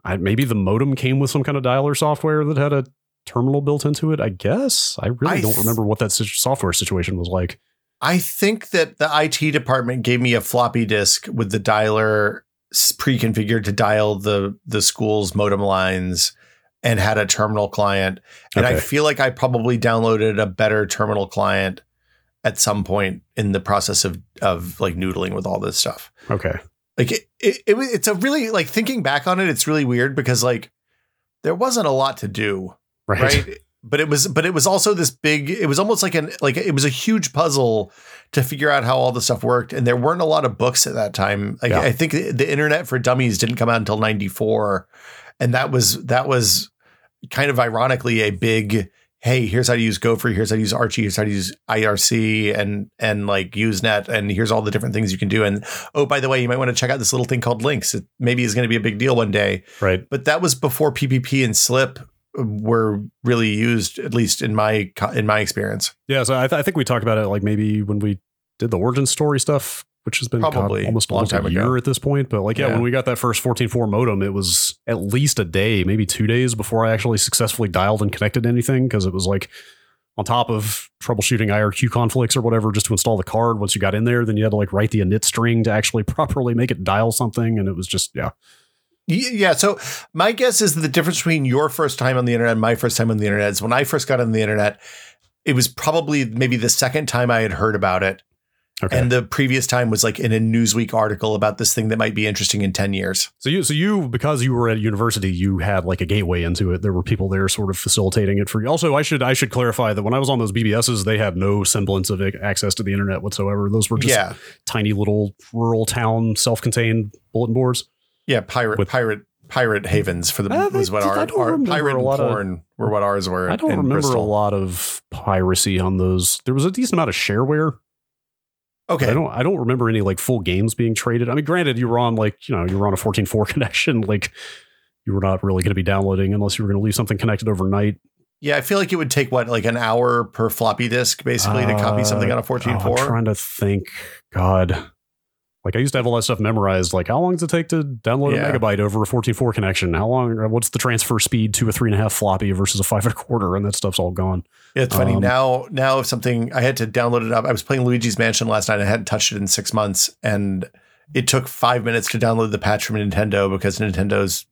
Speaker 2: I, maybe the modem came with some kind of dialer software that had a terminal built into it. I guess I really
Speaker 1: I
Speaker 2: don't
Speaker 1: th-
Speaker 2: remember what that si- software situation was like.
Speaker 1: I think that the IT department gave me a floppy disk with the dialer s- pre-configured to dial the the school's modem lines and had a terminal client and I
Speaker 2: Okay.
Speaker 1: feel like I probably downloaded a better terminal client at some point in the process of of like noodling with all this stuff.
Speaker 2: Okay,
Speaker 1: like it, it, it was- it's a really like thinking back on it it's really weird because like there wasn't a lot to do
Speaker 2: right.
Speaker 1: right, but it was but it was also this big it was almost like an like it was a huge puzzle to figure out how all the stuff worked and there weren't a lot of books at that time like,
Speaker 2: Yeah.
Speaker 1: i think the, the internet for dummies didn't come out until 94 and that was that was kind of ironically a big hey here's how to use gopher here's how to use archie here's how to use irc and and like usenet and here's all the different things you can do and oh by the way you might want to check out this little thing called links it maybe is going to be a big deal one day
Speaker 2: Right.
Speaker 1: but that was before ppp and slip um, were really used at least in my co- in my experience
Speaker 2: Yeah, so I, th- I think we talked about it like maybe when we did the origin story stuff, which has been God,
Speaker 1: Probably
Speaker 2: almost
Speaker 1: a long
Speaker 2: almost
Speaker 1: time ago.
Speaker 2: year at this point. But like, yeah,
Speaker 1: Yeah.
Speaker 2: when we got that first 14.4 modem, it was at least a day, maybe two days before I actually successfully dialed and connected anything because it was like on top of troubleshooting IRQ conflicts or whatever just to install the card. Once you got in there, then you had to like write the init string to actually properly make it dial something, and it was just yeah,
Speaker 1: Y- yeah so my guess is that the difference between your first time on the internet and my first time on the internet is when i first got on the internet it was probably maybe the second time i had heard about it
Speaker 2: okay.
Speaker 1: and the previous time was like in a newsweek article about this thing that might be interesting in 10 years
Speaker 2: So you, so you, because you were at university, you had like a gateway into it. There were people there, sort of facilitating it for you. Also, I should, I should clarify that when I was on those BBSs, they had no semblance of ac- access to the internet whatsoever. Those were just
Speaker 1: yeah
Speaker 2: tiny little rural town, self-contained bulletin boards.
Speaker 1: yeah pirate
Speaker 2: With-
Speaker 1: pirate pirate havens for the
Speaker 2: Uh, they-
Speaker 1: was what
Speaker 2: I
Speaker 1: our,
Speaker 2: don't
Speaker 1: our
Speaker 2: remember
Speaker 1: pirate
Speaker 2: a
Speaker 1: and
Speaker 2: lot of-
Speaker 1: porn were what ours were
Speaker 2: I don't
Speaker 1: in
Speaker 2: remember
Speaker 1: Bristol.
Speaker 2: a lot of piracy on those. There was a decent amount of shareware.
Speaker 1: okay
Speaker 2: I don't, I don't remember any like full games being traded. I mean, granted, you were on like you know you were on a 14.4 connection, like you were not really going to be downloading unless you were going to leave something connected overnight.
Speaker 1: Yeah, I feel like it would take what like an hour per floppy disk basically to copy
Speaker 2: Uh,
Speaker 1: something on a
Speaker 2: Oh,
Speaker 1: fourteen
Speaker 2: I'm
Speaker 1: four.
Speaker 2: trying to think. God. Like I used to have all that stuff memorized. Like, how long does it take to download
Speaker 1: Yeah.
Speaker 2: a megabyte over a fourteen four connection? How long? or What's the transfer speed to a three and a half floppy versus a five and a quarter? And that stuff's all gone.
Speaker 1: Yeah, it's funny
Speaker 2: um,
Speaker 1: now. Now if something I had to download it up. I was playing Luigi's Mansion last night. I hadn't touched it in six months, and it took five minutes to download the patch from Nintendo because Nintendo's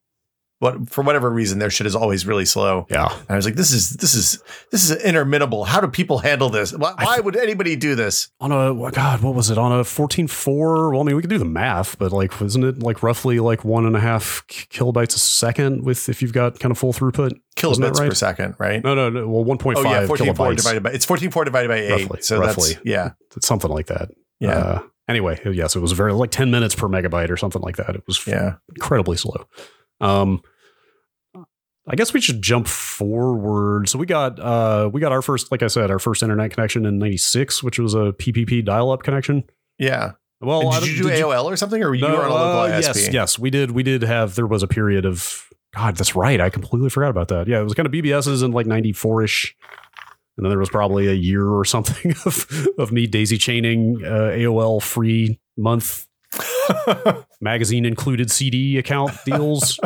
Speaker 1: But for whatever reason, their shit is always really slow.
Speaker 2: Yeah.
Speaker 1: And I was like, this is this is this is interminable. How do people handle this? Why,
Speaker 2: I-
Speaker 1: why would anybody do this?
Speaker 2: On a what- God, what was it? On a fourteen four? Well, I mean, we could do the math, but like, isn't it like roughly like one and a half k- kilobytes a second with if you've got kind of full throughput? Isn't that
Speaker 1: Kilobits
Speaker 2: right?
Speaker 1: per second, right?
Speaker 2: No, no, no. Well, one point
Speaker 1: Oh
Speaker 2: five
Speaker 1: yeah, fourteen four
Speaker 2: kilobytes,
Speaker 1: divided by it's fourteen four divided by eight.
Speaker 2: Roughly,
Speaker 1: so
Speaker 2: roughly.
Speaker 1: that's yeah,
Speaker 2: something like that.
Speaker 1: yeah,
Speaker 2: Uh, anyway, yes, it was very like ten minutes per megabyte or something like that. It was
Speaker 1: yeah.
Speaker 2: incredibly slow. Um, I guess we should jump forward. So we got uh, we got our first, like I said, our first internet connection in '96, which was a PPP dial-up connection.
Speaker 1: Yeah.
Speaker 2: Well,
Speaker 1: And
Speaker 2: I
Speaker 1: did
Speaker 2: don't-
Speaker 1: you do AOL or something, or you were on a local
Speaker 2: uh,
Speaker 1: ISP?
Speaker 2: Yes, yes, we did. We did have. There was a period of God. That's right. I completely forgot about that. Yeah, it was kind of BBSs in like '94 ish, and then there was probably a year or something of of me daisy chaining uh, AOL free month magazine included CD account deals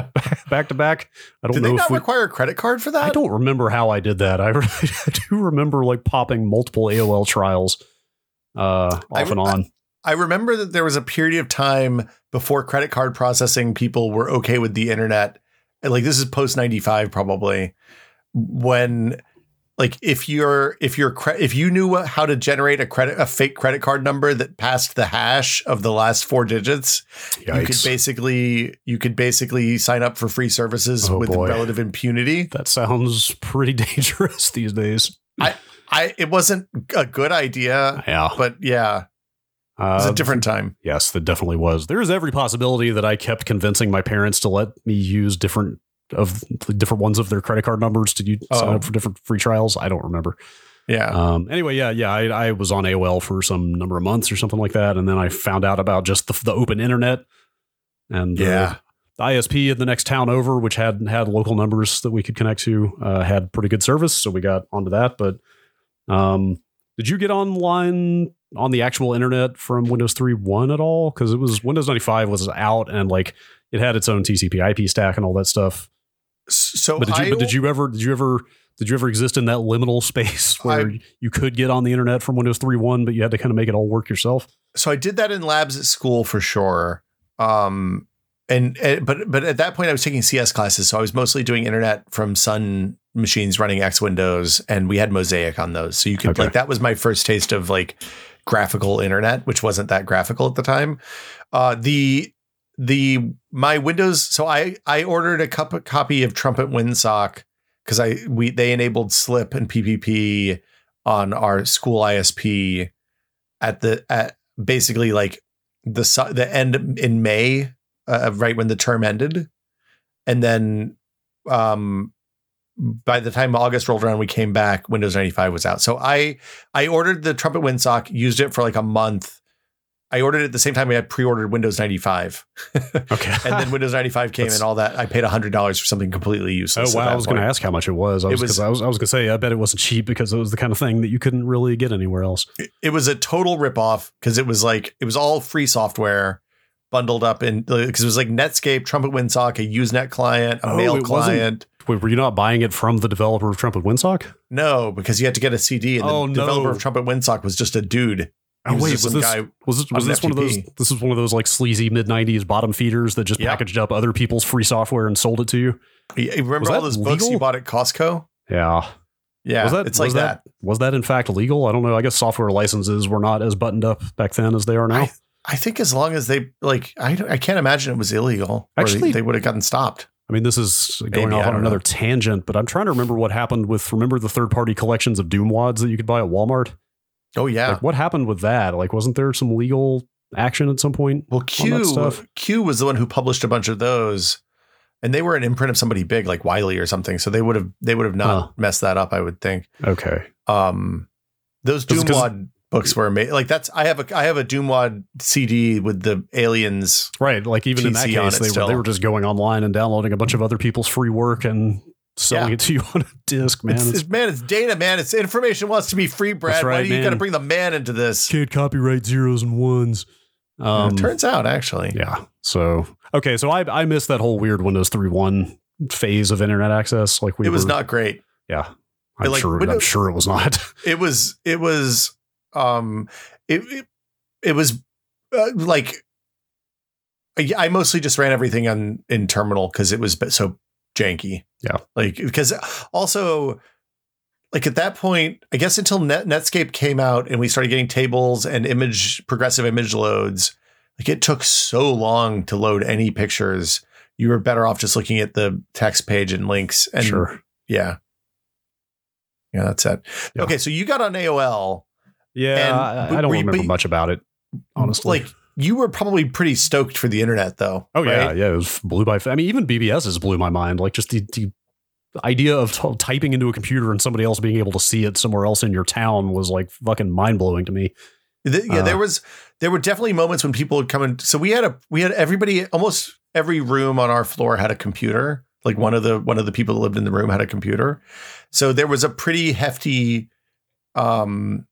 Speaker 2: back to back. I don't
Speaker 1: Did they
Speaker 2: know
Speaker 1: not
Speaker 2: if we.
Speaker 1: require a credit card for that?
Speaker 2: I don't remember how I did that. I, re- I do remember like popping multiple AOL trials uh, off
Speaker 1: I
Speaker 2: and on.
Speaker 1: I remember that there was a period of time before credit card processing, people were okay with the internet. And, Like this is post ninety five, probably when like if you're if you're cre- if you knew what- how to generate a credit a fake credit card number that passed the hash of the last four digits you could
Speaker 2: Yikes.
Speaker 1: basically you could basically sign up for free services
Speaker 2: Oh,
Speaker 1: with
Speaker 2: boy.
Speaker 1: relative impunity
Speaker 2: that sounds pretty dangerous these days.
Speaker 1: i it wasn't a good idea
Speaker 2: Yeah.
Speaker 1: but yeah it was
Speaker 2: Uh,
Speaker 1: a different time
Speaker 2: yes, that definitely was. There is every possibility that I kept convincing my parents to let me use different of different ones of their credit card numbers to u- sign
Speaker 1: Oh.
Speaker 2: up for different free trials. I don't remember.
Speaker 1: yeah
Speaker 2: Um, anyway, yeah, yeah, I, I was on AOL for some number of months or something like that, and then I found out about just the, the open internet and the-
Speaker 1: Yeah.
Speaker 2: the ISP in the next town over, which had had local numbers that we could connect to, uh, had pretty good service, so we got onto that. But um, did you get online on the actual internet from Windows 3.1 at all? Because it was Windows 95 was out and like it had its own TCP/IP stack and all that stuff.
Speaker 1: so
Speaker 2: But did you?
Speaker 1: I-
Speaker 2: but did you ever? Did you ever? Did you ever exist in that liminal space where you could get on the internet from Windows 3.1, but you had to kind of make it all work yourself?
Speaker 1: so I did that in labs at school for sure. Um, and, and- but but at that point I was taking CS classes, so I was mostly doing internet from Sun machines running X Windows, and we had Mosaic on those. So you could
Speaker 2: Okay.
Speaker 1: like that was my first taste of like graphical internet, which wasn't that graphical at the time. Uh, the the my Windows, so I I ordered a cup, copy of Trumpet Windsock because I we they enabled Slip and PPP on our school ISP at the at basically like the su- the end in May, uh, right when the term ended, and then um, by the time August rolled around, we came back. Windows ninety five was out, so I I ordered the Trumpet Windsock, used it for like a month. I ordered it at the same time I had pre-ordered Windows ninety five, and
Speaker 2: Okay.
Speaker 1: then Windows ninety five came
Speaker 2: That's-
Speaker 1: and all that. I paid hundred dollars for something completely
Speaker 2: oh
Speaker 1: useless. at
Speaker 2: wow, I
Speaker 1: that
Speaker 2: was going to
Speaker 1: point.
Speaker 2: ask how much it was. I
Speaker 1: It
Speaker 2: was, 'cause
Speaker 1: was-
Speaker 2: I was I was going to say I bet it wasn't cheap because it was the kind of thing that you couldn't really get anywhere else.
Speaker 1: it was a total ripoff because it was like it was all free software bundled up in because it was like Netscape, Trumpet Windsock, a Usenet client, a
Speaker 2: Oh,
Speaker 1: mail
Speaker 2: it wasn't-
Speaker 1: client.
Speaker 2: Wait, were you not buying it from the developer of Trumpet Windsock?
Speaker 1: No, because you had to get a CD, and
Speaker 2: Oh,
Speaker 1: the
Speaker 2: no.
Speaker 1: developer of Trumpet Windsock was just a dude. He
Speaker 2: Oh wait,
Speaker 1: just
Speaker 2: was
Speaker 1: some
Speaker 2: this
Speaker 1: guy-
Speaker 2: was this,
Speaker 1: on
Speaker 2: was
Speaker 1: an
Speaker 2: this one of those?
Speaker 1: FTP.
Speaker 2: This is one of those like sleazy mid '90s bottom feeders that just
Speaker 1: Yeah.
Speaker 2: packaged up other people's free software and sold it to you.
Speaker 1: you you remember all
Speaker 2: that
Speaker 1: those books you
Speaker 2: legal?
Speaker 1: bought at Costco?
Speaker 2: Yeah,
Speaker 1: Yeah,
Speaker 2: was that
Speaker 1: it's like
Speaker 2: was
Speaker 1: that.
Speaker 2: was that in fact legal? I don't know. I guess software licenses were not as buttoned up back then as they are now.
Speaker 1: I think as long as they like, I don't, I can't imagine it was illegal. or
Speaker 2: Actually-
Speaker 1: they would have gotten stopped.
Speaker 2: I mean, this is going
Speaker 1: Maybe,
Speaker 2: off
Speaker 1: I
Speaker 2: on
Speaker 1: don't
Speaker 2: another
Speaker 1: know.
Speaker 2: tangent, but I'm trying to remember what happened with remember the third party collections of Doom wads that you could buy at Walmart.
Speaker 1: Oh yeah.
Speaker 2: Like, what happened with that? Like, wasn't there some legal action at some point?
Speaker 1: well,
Speaker 2: all that
Speaker 1: Q
Speaker 2: stuff.
Speaker 1: Q was the one who published a bunch of those, and they were an imprint of somebody big like Wiley or something. So they would have they would have not
Speaker 2: Huh.
Speaker 1: messed that up. I would think.
Speaker 2: Okay,
Speaker 1: Um, those
Speaker 2: 'Cause- 'cause-
Speaker 1: Doomwad books were amazing. Like that's I have a I have a Doomwad CD with the aliens.
Speaker 2: right. Like, even in that
Speaker 1: TC on
Speaker 2: case,
Speaker 1: it
Speaker 2: they were,
Speaker 1: still.
Speaker 2: they were just going online and downloading a bunch of other people's free work and selling
Speaker 1: Yeah.
Speaker 2: it to you on a disc. Man,
Speaker 1: Man, it's,
Speaker 2: It's-
Speaker 1: it's- man, it's data, man. It's information wants to be free, Brad. Why
Speaker 2: right,
Speaker 1: do you got to
Speaker 2: man.
Speaker 1: bring the man into this?
Speaker 2: kid copyright zeros and ones. Um,
Speaker 1: it turns out, actually,
Speaker 2: yeah. So okay, so I I missed that whole weird Windows 3.1 phase of internet access. Like we
Speaker 1: it was
Speaker 2: were-
Speaker 1: not great.
Speaker 2: Yeah.
Speaker 1: But,
Speaker 2: I'm
Speaker 1: like,
Speaker 2: sure. I'm
Speaker 1: Windows-
Speaker 2: sure it was not.
Speaker 1: it was it was um it it, it was uh, like I, I mostly just ran everything on in terminal because it was so janky.
Speaker 2: Yeah.
Speaker 1: Like because also like at that point, I guess until Net- Netscape came out and we started getting tables and image progressive image loads, like it took so long to load any pictures. You were better off just looking at the text page and links and
Speaker 2: sure.
Speaker 1: yeah. Yeah, that's it.
Speaker 2: Yeah.
Speaker 1: Okay, so you got on AOL. and
Speaker 2: Yeah, I, I don't
Speaker 1: we-
Speaker 2: remember
Speaker 1: but-
Speaker 2: much about it, honestly.
Speaker 1: Like you were probably pretty stoked for the internet though.
Speaker 2: oh yeah,
Speaker 1: right?
Speaker 2: yeah, it was blew by. I mean, even BBS's blew my mind. Like just the, the idea of t- typing into a computer and somebody else being able to see it somewhere else in your town was like fucking mind blowing to me.
Speaker 1: Th- yeah,
Speaker 2: Uh,
Speaker 1: there was there were definitely moments when people would come in. So we had a we had everybody almost every room on our floor had a computer. Like one of the one of the people that lived in the room had a computer. So there was a pretty hefty um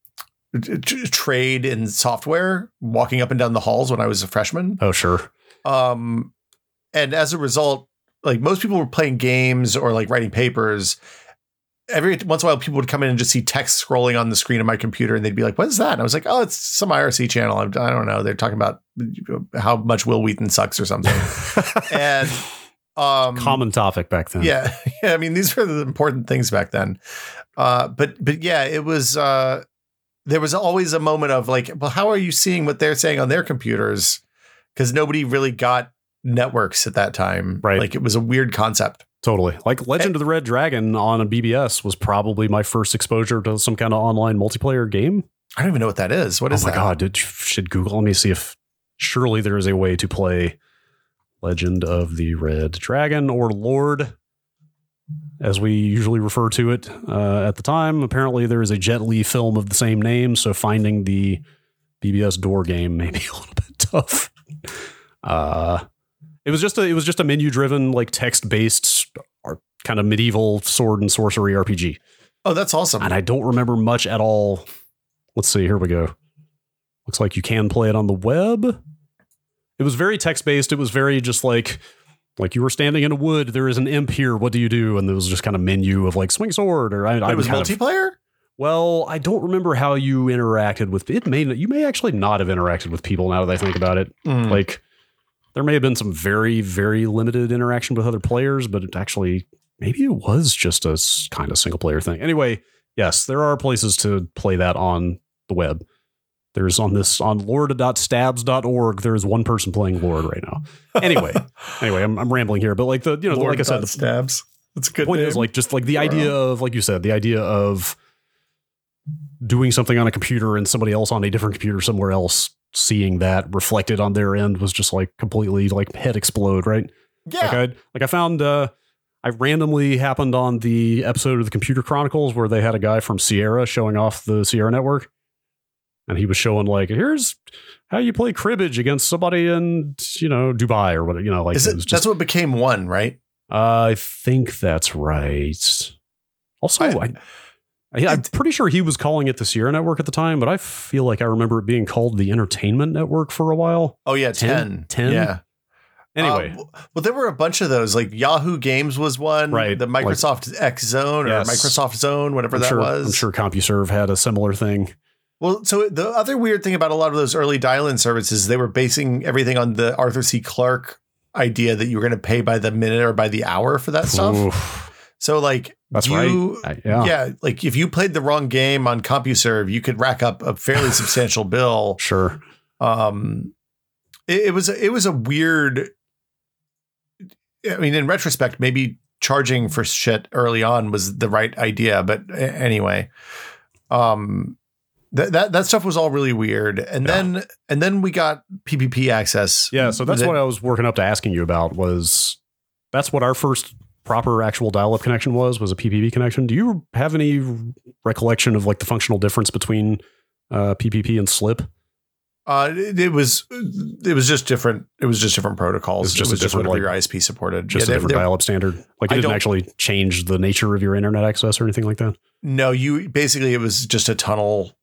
Speaker 1: t- t- trade in software walking up and down the halls when I was a freshman.
Speaker 2: Oh sure,
Speaker 1: Um, and as a result, like most people were playing games or like writing papers. Every once in a while, people would come in and just see text scrolling on the screen of my computer, and they'd be like, "What is that?" And I was like, "Oh, it's some IRC channel. I I don't know. They're talking about uh, how much Will Wheaton sucks or something." and um,
Speaker 2: common topic back then.
Speaker 1: yeah, yeah. I mean, these were the important things back then. Uh, but but yeah, it was. Uh, there was always a moment of like, well, how are you seeing what they're saying on their computers? Because nobody really got networks at that time.
Speaker 2: Right.
Speaker 1: Like it was a weird concept.
Speaker 2: Totally. Like Legend of the Red Dragon on a BBS was probably my first exposure to some kind of online multiplayer game.
Speaker 1: I don't even know what that is. What is
Speaker 2: oh my
Speaker 1: that?
Speaker 2: god, did, should Google let me see if surely there is a way to play Legend of the Red Dragon or Lord, as we usually refer to it uh, at the time. Apparently, there is a Jet Li film of the same name, so finding the BBS door game may be a little bit tough. Uh, it was just a it was just a menu driven like text based kind of medieval sword and sorcery RPG
Speaker 1: Oh, that's awesome.
Speaker 2: and I don't remember much at all. Let's see. Here we go. Looks like you can play it on the web. It was very text based. It was very just like like you were standing in a wood. There is an imp here. What do you do? And there was just kind of menu of like swing sword or I,
Speaker 1: But
Speaker 2: I
Speaker 1: it was
Speaker 2: kind of-
Speaker 1: multiplayer.
Speaker 2: well, I don't remember how you interacted with it. May you may actually not have interacted with people now that I think about it.
Speaker 1: Mm.
Speaker 2: Like there may have been some very very limited interaction with other players, but it actually maybe it was just a s- kind of single player thing. Anyway, yes, there are places to play that on the web. There's on this on lord.stabs.org. There is one person playing Lord right now. Anyway, anyway, I'm, I'm rambling here, but like the you know like I said, the,
Speaker 1: stabs. That's a good.
Speaker 2: point
Speaker 1: name.
Speaker 2: is like just like the idea of like you said the idea of doing something on a computer and somebody else on a different computer somewhere else seeing that reflected on their end was just like completely like head explode right
Speaker 1: yeah.
Speaker 2: like I like I found uh I randomly happened on the episode of the Computer Chronicles where they had a guy from Sierra showing off the Sierra network. And he was showing like, here's how you play cribbage against somebody in, you know, Dubai or whatever, you know, like
Speaker 1: is it,
Speaker 2: was just
Speaker 1: that's what became one, right?
Speaker 2: I think that's right. Also,
Speaker 1: I-
Speaker 2: I, yeah, I'm pretty sure he was calling it the Sierra Network at the time, but I feel like I remember it being called the Entertainment Network for a while.
Speaker 1: Oh yeah, ten.
Speaker 2: Ten? Ten?
Speaker 1: Yeah.
Speaker 2: Anyway,
Speaker 1: Um, well, there were a bunch of those. Like Yahoo Games was one,
Speaker 2: Right,
Speaker 1: The
Speaker 2: like-
Speaker 1: Microsoft X Zone or
Speaker 2: Yes.
Speaker 1: Microsoft Zone, whatever
Speaker 2: I'm
Speaker 1: that
Speaker 2: sure,
Speaker 1: was.
Speaker 2: I'm sure CompuServe had a similar thing.
Speaker 1: Well, so the other weird thing about a lot of those early dial-in services, they were basing everything on the Arthur C. Clarke idea that you were going to pay by the minute or by the hour for that stuff.
Speaker 2: Oof.
Speaker 1: So, like,
Speaker 2: That's
Speaker 1: you,
Speaker 2: right. I-
Speaker 1: Yeah.
Speaker 2: yeah,
Speaker 1: like if you played the wrong game on CompuServe, you could rack up a fairly substantial bill.
Speaker 2: sure.
Speaker 1: um it, it was a- it was a weird i mean in retrospect maybe charging for shit early on was the right idea but a- anyway um that, that that stuff was all really weird and
Speaker 2: Yeah.
Speaker 1: then and then we got ppp access
Speaker 2: Yeah, so that's
Speaker 1: That-
Speaker 2: what I was working up to asking you about was that's what our first proper actual dial-up connection was was a PPP connection. Do you have any recollection of like the functional difference between uh, PPP and SLIP?
Speaker 1: uh it, it was it was just different it was just different protocols
Speaker 2: It's just
Speaker 1: it was
Speaker 2: a different,
Speaker 1: whatever
Speaker 2: like-
Speaker 1: your isp supported
Speaker 2: Just
Speaker 1: Yeah,
Speaker 2: a
Speaker 1: there-
Speaker 2: different
Speaker 1: there-
Speaker 2: dial-up standard. Like it
Speaker 1: I
Speaker 2: didn't
Speaker 1: don't-
Speaker 2: actually change the nature of your internet access or anything like that.
Speaker 1: no you basically it was just a tunnel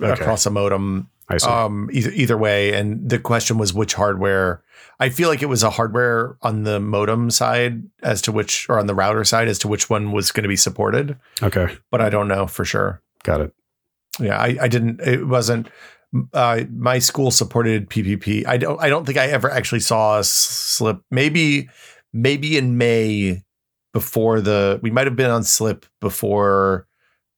Speaker 2: Okay.
Speaker 1: across a modem
Speaker 2: I see.
Speaker 1: um either either way and the question was which hardware i feel like it was a hardware on the modem side as to which or on the router side as to which one was going to be supported
Speaker 2: okay,
Speaker 1: but i don't know for sure
Speaker 2: got it.
Speaker 1: yeah i, I didn't it wasn't uh, my school supported PPP. I don't I don't think I ever actually saw a slip. Maybe maybe in May before the we might have been on slip before.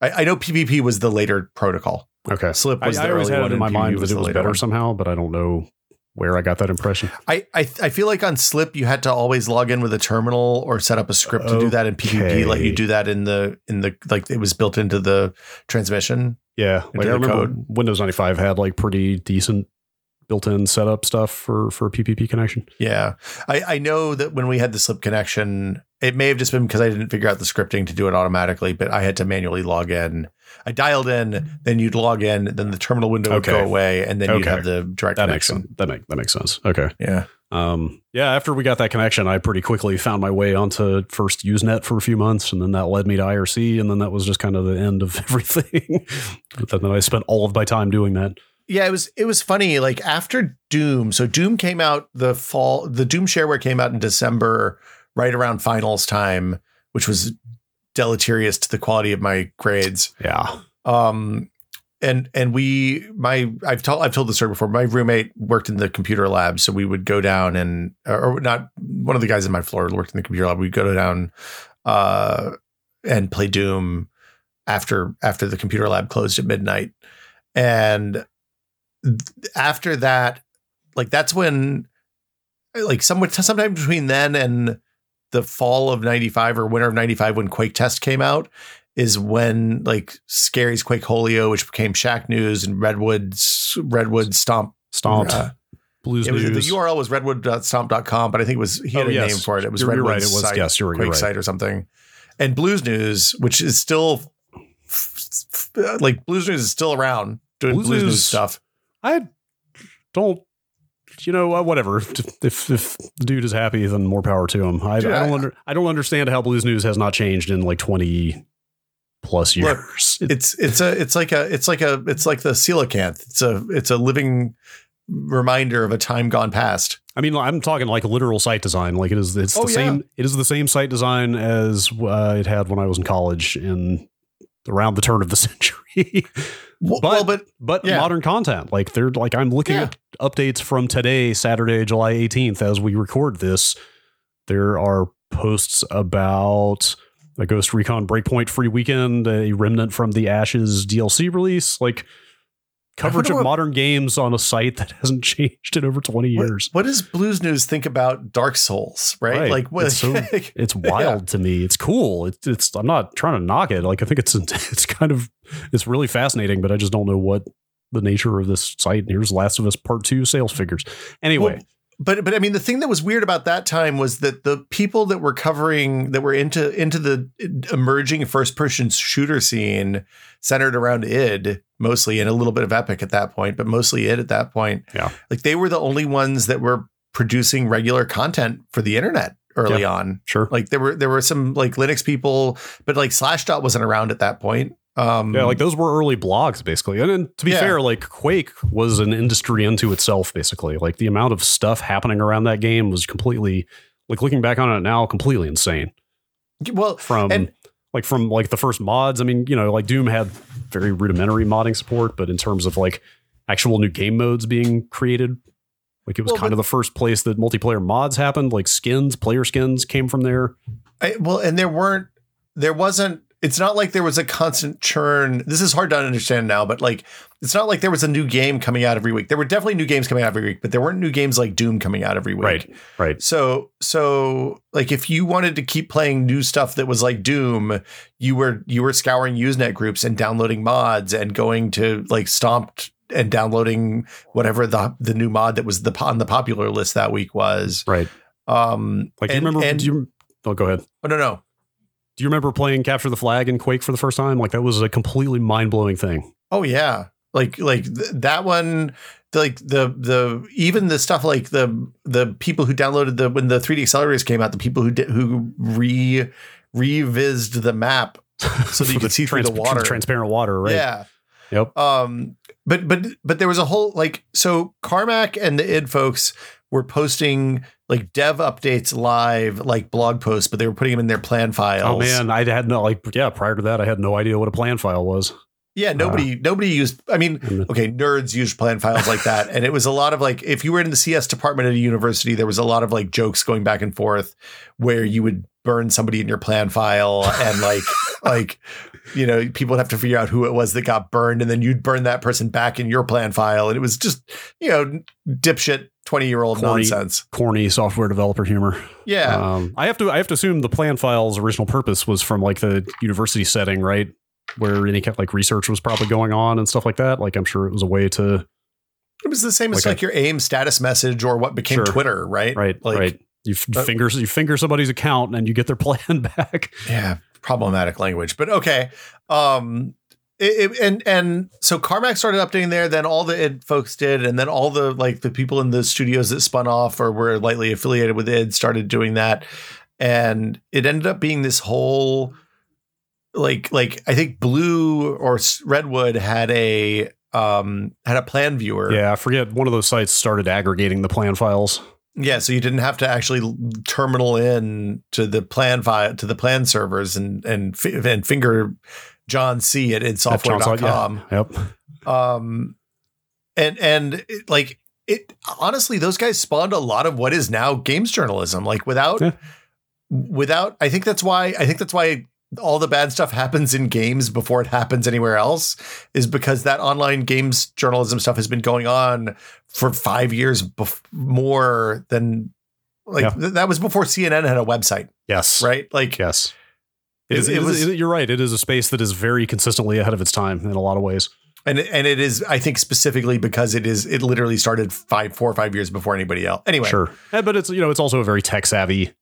Speaker 1: I, I know PPP was the later protocol.
Speaker 2: Okay.
Speaker 1: Slip
Speaker 2: I,
Speaker 1: was the
Speaker 2: I always
Speaker 1: early
Speaker 2: had
Speaker 1: one
Speaker 2: it
Speaker 1: and
Speaker 2: in my
Speaker 1: PPP
Speaker 2: mind that
Speaker 1: was
Speaker 2: it
Speaker 1: the
Speaker 2: was
Speaker 1: later
Speaker 2: better
Speaker 1: one.
Speaker 2: somehow, but I don't know where I got that impression.
Speaker 1: I, I I feel like on Slip you had to always log in with a terminal or set up a script to do that, and
Speaker 2: Okay.
Speaker 1: PPP let you do that in the in the like it was built into the transmission.
Speaker 2: Yeah, like I
Speaker 1: did the
Speaker 2: remember
Speaker 1: code.
Speaker 2: Windows 95 had like pretty decent built-in setup stuff for for PPP connection.
Speaker 1: Yeah, I I know that when we had the Slip connection, it may have just been because I didn't figure out the scripting to do it automatically, but I had to manually log in. I dialed in, then you'd log in, then the terminal window would
Speaker 2: Okay.
Speaker 1: go away, and then you'd
Speaker 2: Okay.
Speaker 1: have the direct
Speaker 2: That makes
Speaker 1: connection.
Speaker 2: sense. That make that makes sense. Okay.
Speaker 1: Yeah,
Speaker 2: Um. Yeah. After we got that connection, I pretty quickly found my way onto first Usenet for a few months, and then that led me to IRC, and then that was just kind of the end of everything. but then I spent all of my time doing that.
Speaker 1: yeah. It was it was funny. Like after Doom, so Doom came out the fall. The Doom shareware came out in December, right around finals time, which was deleterious to the quality of my grades.
Speaker 2: Yeah.
Speaker 1: um and and we my i've told i've told the story before my roommate worked in the computer lab so we would go down and or not one of the guys in my floor worked in the computer lab we'd go down uh and play doom after after the computer lab closed at midnight and th- after that like that's when like somewhere sometime between then and the fall of 95 or winter of 95 when quake test came out is when like Scary's Quake Holio, which became Shack News and Redwood's Redwood Stomp.
Speaker 2: Stomped.
Speaker 1: uh,
Speaker 2: Blues
Speaker 1: it was, the
Speaker 2: News.
Speaker 1: URL was redwood.stomp.com, but I think it was he
Speaker 2: Oh,
Speaker 1: had a
Speaker 2: yes.
Speaker 1: name for it. It was
Speaker 2: You're- you're right.
Speaker 1: Redwood's
Speaker 2: It was
Speaker 1: site,
Speaker 2: yes. You're, you're
Speaker 1: Quake
Speaker 2: right.
Speaker 1: site or something. And Blues News, which is still f- f- f- like Blues News is still around doing
Speaker 2: Blues
Speaker 1: Blues, News,
Speaker 2: News-
Speaker 1: stuff.
Speaker 2: I don't. You know, uh, whatever. If if the dude is happy, then more power to him. I,
Speaker 1: Dude,
Speaker 2: I don't.
Speaker 1: I-
Speaker 2: Under, I don't understand how Blues News has not changed in like twenty plus
Speaker 1: Look,
Speaker 2: years. It-
Speaker 1: It's it's a it's like a it's like a it's like the coelacanth. It's a it's a living reminder of a time gone past.
Speaker 2: I mean, I'm talking like literal site design. Like it is. It's
Speaker 1: Oh,
Speaker 2: the
Speaker 1: yeah.
Speaker 2: same. It is the same site design as uh, it had when I was in college in around the turn of the century.
Speaker 1: Well,
Speaker 2: But-
Speaker 1: well, but
Speaker 2: but
Speaker 1: Yeah.
Speaker 2: modern content. Like they're like I'm looking
Speaker 1: Yeah.
Speaker 2: at updates from today, Saturday, July 18th, as we record this. There are posts about a Ghost Recon Breakpoint free weekend, a Remnant from the Ashes DLC release, like coverage of
Speaker 1: wonder what-
Speaker 2: modern games on a site that hasn't changed in over 20
Speaker 1: What-
Speaker 2: years.
Speaker 1: What, does Blues News think about Dark Souls, right?
Speaker 2: Right.
Speaker 1: Like, what,
Speaker 2: It's so- It's wild to me. It's cool. It's, it's I'm not trying to knock it. Like I think it's it's kind of it's really fascinating, but I just don't know what the nature of this site. And here's Last of Us Part Two sales figures. Anyway,
Speaker 1: Well, but but I mean, the thing that was weird about that time was that the people that were covering that were into into the uh, emerging first person shooter scene centered around id mostly and a little bit of epic at that point, but mostly id at that point.
Speaker 2: Yeah.
Speaker 1: like they were the only ones that were producing regular content for the internet early on.
Speaker 2: sure.
Speaker 1: Like there were there were some like Linux people, but like Slashdot wasn't around at that point. Um,
Speaker 2: yeah, like those were early blogs, basically. And then, to be
Speaker 1: Yeah.
Speaker 2: fair, like Quake was an industry unto itself, basically. Like the amount of stuff happening around that game was completely, like looking back on it now, completely insane.
Speaker 1: well,
Speaker 2: From
Speaker 1: And-
Speaker 2: like from like the first mods. I mean, you know, like Doom had very rudimentary modding support, but in terms of like actual new game modes being created, like it was
Speaker 1: Well,
Speaker 2: kind of the first place that multiplayer mods happened. Like skins, player skins came from there.
Speaker 1: I, well, and there weren't, there wasn't. It's not like there was a constant churn. This is hard to understand now, but like, it's not like there was a new game coming out every week. There were definitely new games coming out every week, but there weren't new games like Doom coming out every week.
Speaker 2: Right, right.
Speaker 1: So, so like, if you wanted to keep playing new stuff that was like Doom, you were you were scouring Usenet groups and downloading mods and going to like Stomped and downloading whatever the the new mod that was the on the popular list that week was.
Speaker 2: Right.
Speaker 1: Um.
Speaker 2: Like,
Speaker 1: and-
Speaker 2: do you remember?
Speaker 1: And,
Speaker 2: do you, oh, go ahead.
Speaker 1: oh no, no.
Speaker 2: Do you remember playing Capture the Flag in Quake for the first time? Like that was a completely mind blowing thing.
Speaker 1: Oh yeah, like like th- that one, like the the even the stuff like the the people who downloaded the when the 3D accelerators came out, the people who did who re revised the map so that you
Speaker 2: For
Speaker 1: could see through the
Speaker 2: trans-
Speaker 1: water.
Speaker 2: transparent water, right?
Speaker 1: Yeah.
Speaker 2: Yep.
Speaker 1: Um. But but but there was a whole like so Carmack and the id folks were posting like dev updates live like blog posts, but they were putting them in their plan files.
Speaker 2: Oh man, I had no like yeah. Prior to that, I had no idea what a plan file was.
Speaker 1: Yeah, nobody nobody used I mean,
Speaker 2: And the-
Speaker 1: okay, nerds used plan files like that. And it was a lot of like if you were in the CS department at a university, there was a lot of like jokes going back and forth where you would burn somebody in your plan file and like like you know, people would have to figure out who it was that got burned, and then you'd burn that person back in your plan file. And it was just, you know, dipshit 20 year old
Speaker 2: Corny.
Speaker 1: nonsense.
Speaker 2: corny software developer humor.
Speaker 1: Yeah.
Speaker 2: Um, I have to I have to assume the plan file's original purpose was from like the university setting, right? Where any kind of like research was probably going on and stuff like that. Like I'm sure it was a way to
Speaker 1: it was the same as
Speaker 2: like
Speaker 1: like your AIM status message or what became
Speaker 2: Sure.
Speaker 1: Twitter, right?
Speaker 2: right,
Speaker 1: Like,
Speaker 2: right. You f-
Speaker 1: uh,
Speaker 2: fingers you finger somebody's account and you get their plan back.
Speaker 1: yeah problematic language but okay um it, it- and and so Carmack started updating there then all the id folks did and then all the like the people in the studios that spun off or were lightly affiliated with id started doing that and it ended up being this whole like like i think blue or S- redwood had a um had a plan viewer
Speaker 2: Yeah, I forget one of those sites started aggregating the plan files.
Speaker 1: yeah so you didn't have to actually l- terminal in to the plan file to the plan servers and and fi- and finger john c at
Speaker 2: That sounds like-
Speaker 1: idsoftware.com
Speaker 2: yeah. Yep.
Speaker 1: um and and it, like it honestly those guys spawned a lot of what is now games journalism like without
Speaker 2: Yeah.
Speaker 1: without i think that's why i think that's why all the bad stuff happens in games before it happens anywhere else is because that online games journalism stuff has been going on for five years bef- more than like
Speaker 2: Yeah.
Speaker 1: th- that was before cnn had a website
Speaker 2: Yes.
Speaker 1: right like
Speaker 2: Yes.
Speaker 1: It-
Speaker 2: It is,
Speaker 1: it
Speaker 2: it is-
Speaker 1: was-
Speaker 2: it- you're right. It is a space that is very consistently ahead of its time in a lot of ways.
Speaker 1: and it- and it is i think specifically because it is it literally started five four or five years before anybody else anyway
Speaker 2: Sure. Yeah, but it's you know it's also a very tech savvy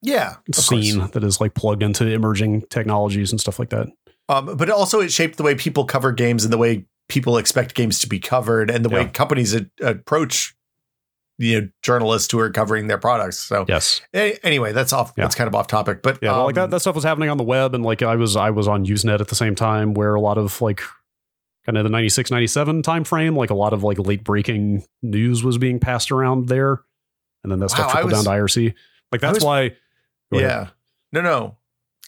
Speaker 1: Yeah, of
Speaker 2: scene
Speaker 1: course.
Speaker 2: that is like plugged into emerging technologies and stuff like that.
Speaker 1: Um, but also, it shaped the way people cover games and the way people expect games to be covered, and the way
Speaker 2: Yeah.
Speaker 1: companies a- approach you know journalists who are covering their products. So
Speaker 2: Yes.
Speaker 1: a- anyway, that's off.
Speaker 2: Yeah.
Speaker 1: That's kind of off topic, but
Speaker 2: Yeah, well, like that
Speaker 1: um,
Speaker 2: that stuff was happening on the web and like I was I was on Usenet at the same time where a lot of like kind of the 96 97 time frame, like a lot of like late breaking news was being passed around there. And then that
Speaker 1: Wow,
Speaker 2: stuff
Speaker 1: I
Speaker 2: trickled
Speaker 1: was-
Speaker 2: down to IRC. Like
Speaker 1: I
Speaker 2: that's
Speaker 1: was-
Speaker 2: why Go ahead.
Speaker 1: yeah. No, no.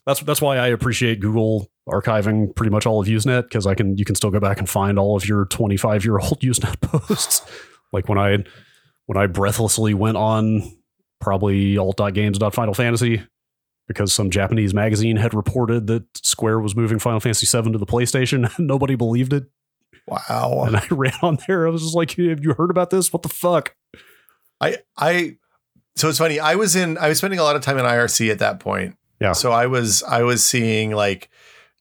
Speaker 2: that's that's why I appreciate Google archiving pretty much all of Usenet because I can you can still go back and find all of your 25 year old Usenet posts. like when I when I breathlessly went on probably alt.games.final fantasy because some Japanese magazine had reported that Square was moving Final Fantasy VII to the PlayStation. Nobody believed it,
Speaker 1: Wow.
Speaker 2: and I ran on there. I was just like, "Have you heard about this? What the fuck?"
Speaker 1: I I. So it's funny. I was in. I was spending a lot of time in IRC at that point.
Speaker 2: Yeah.
Speaker 1: So I was. I was seeing like,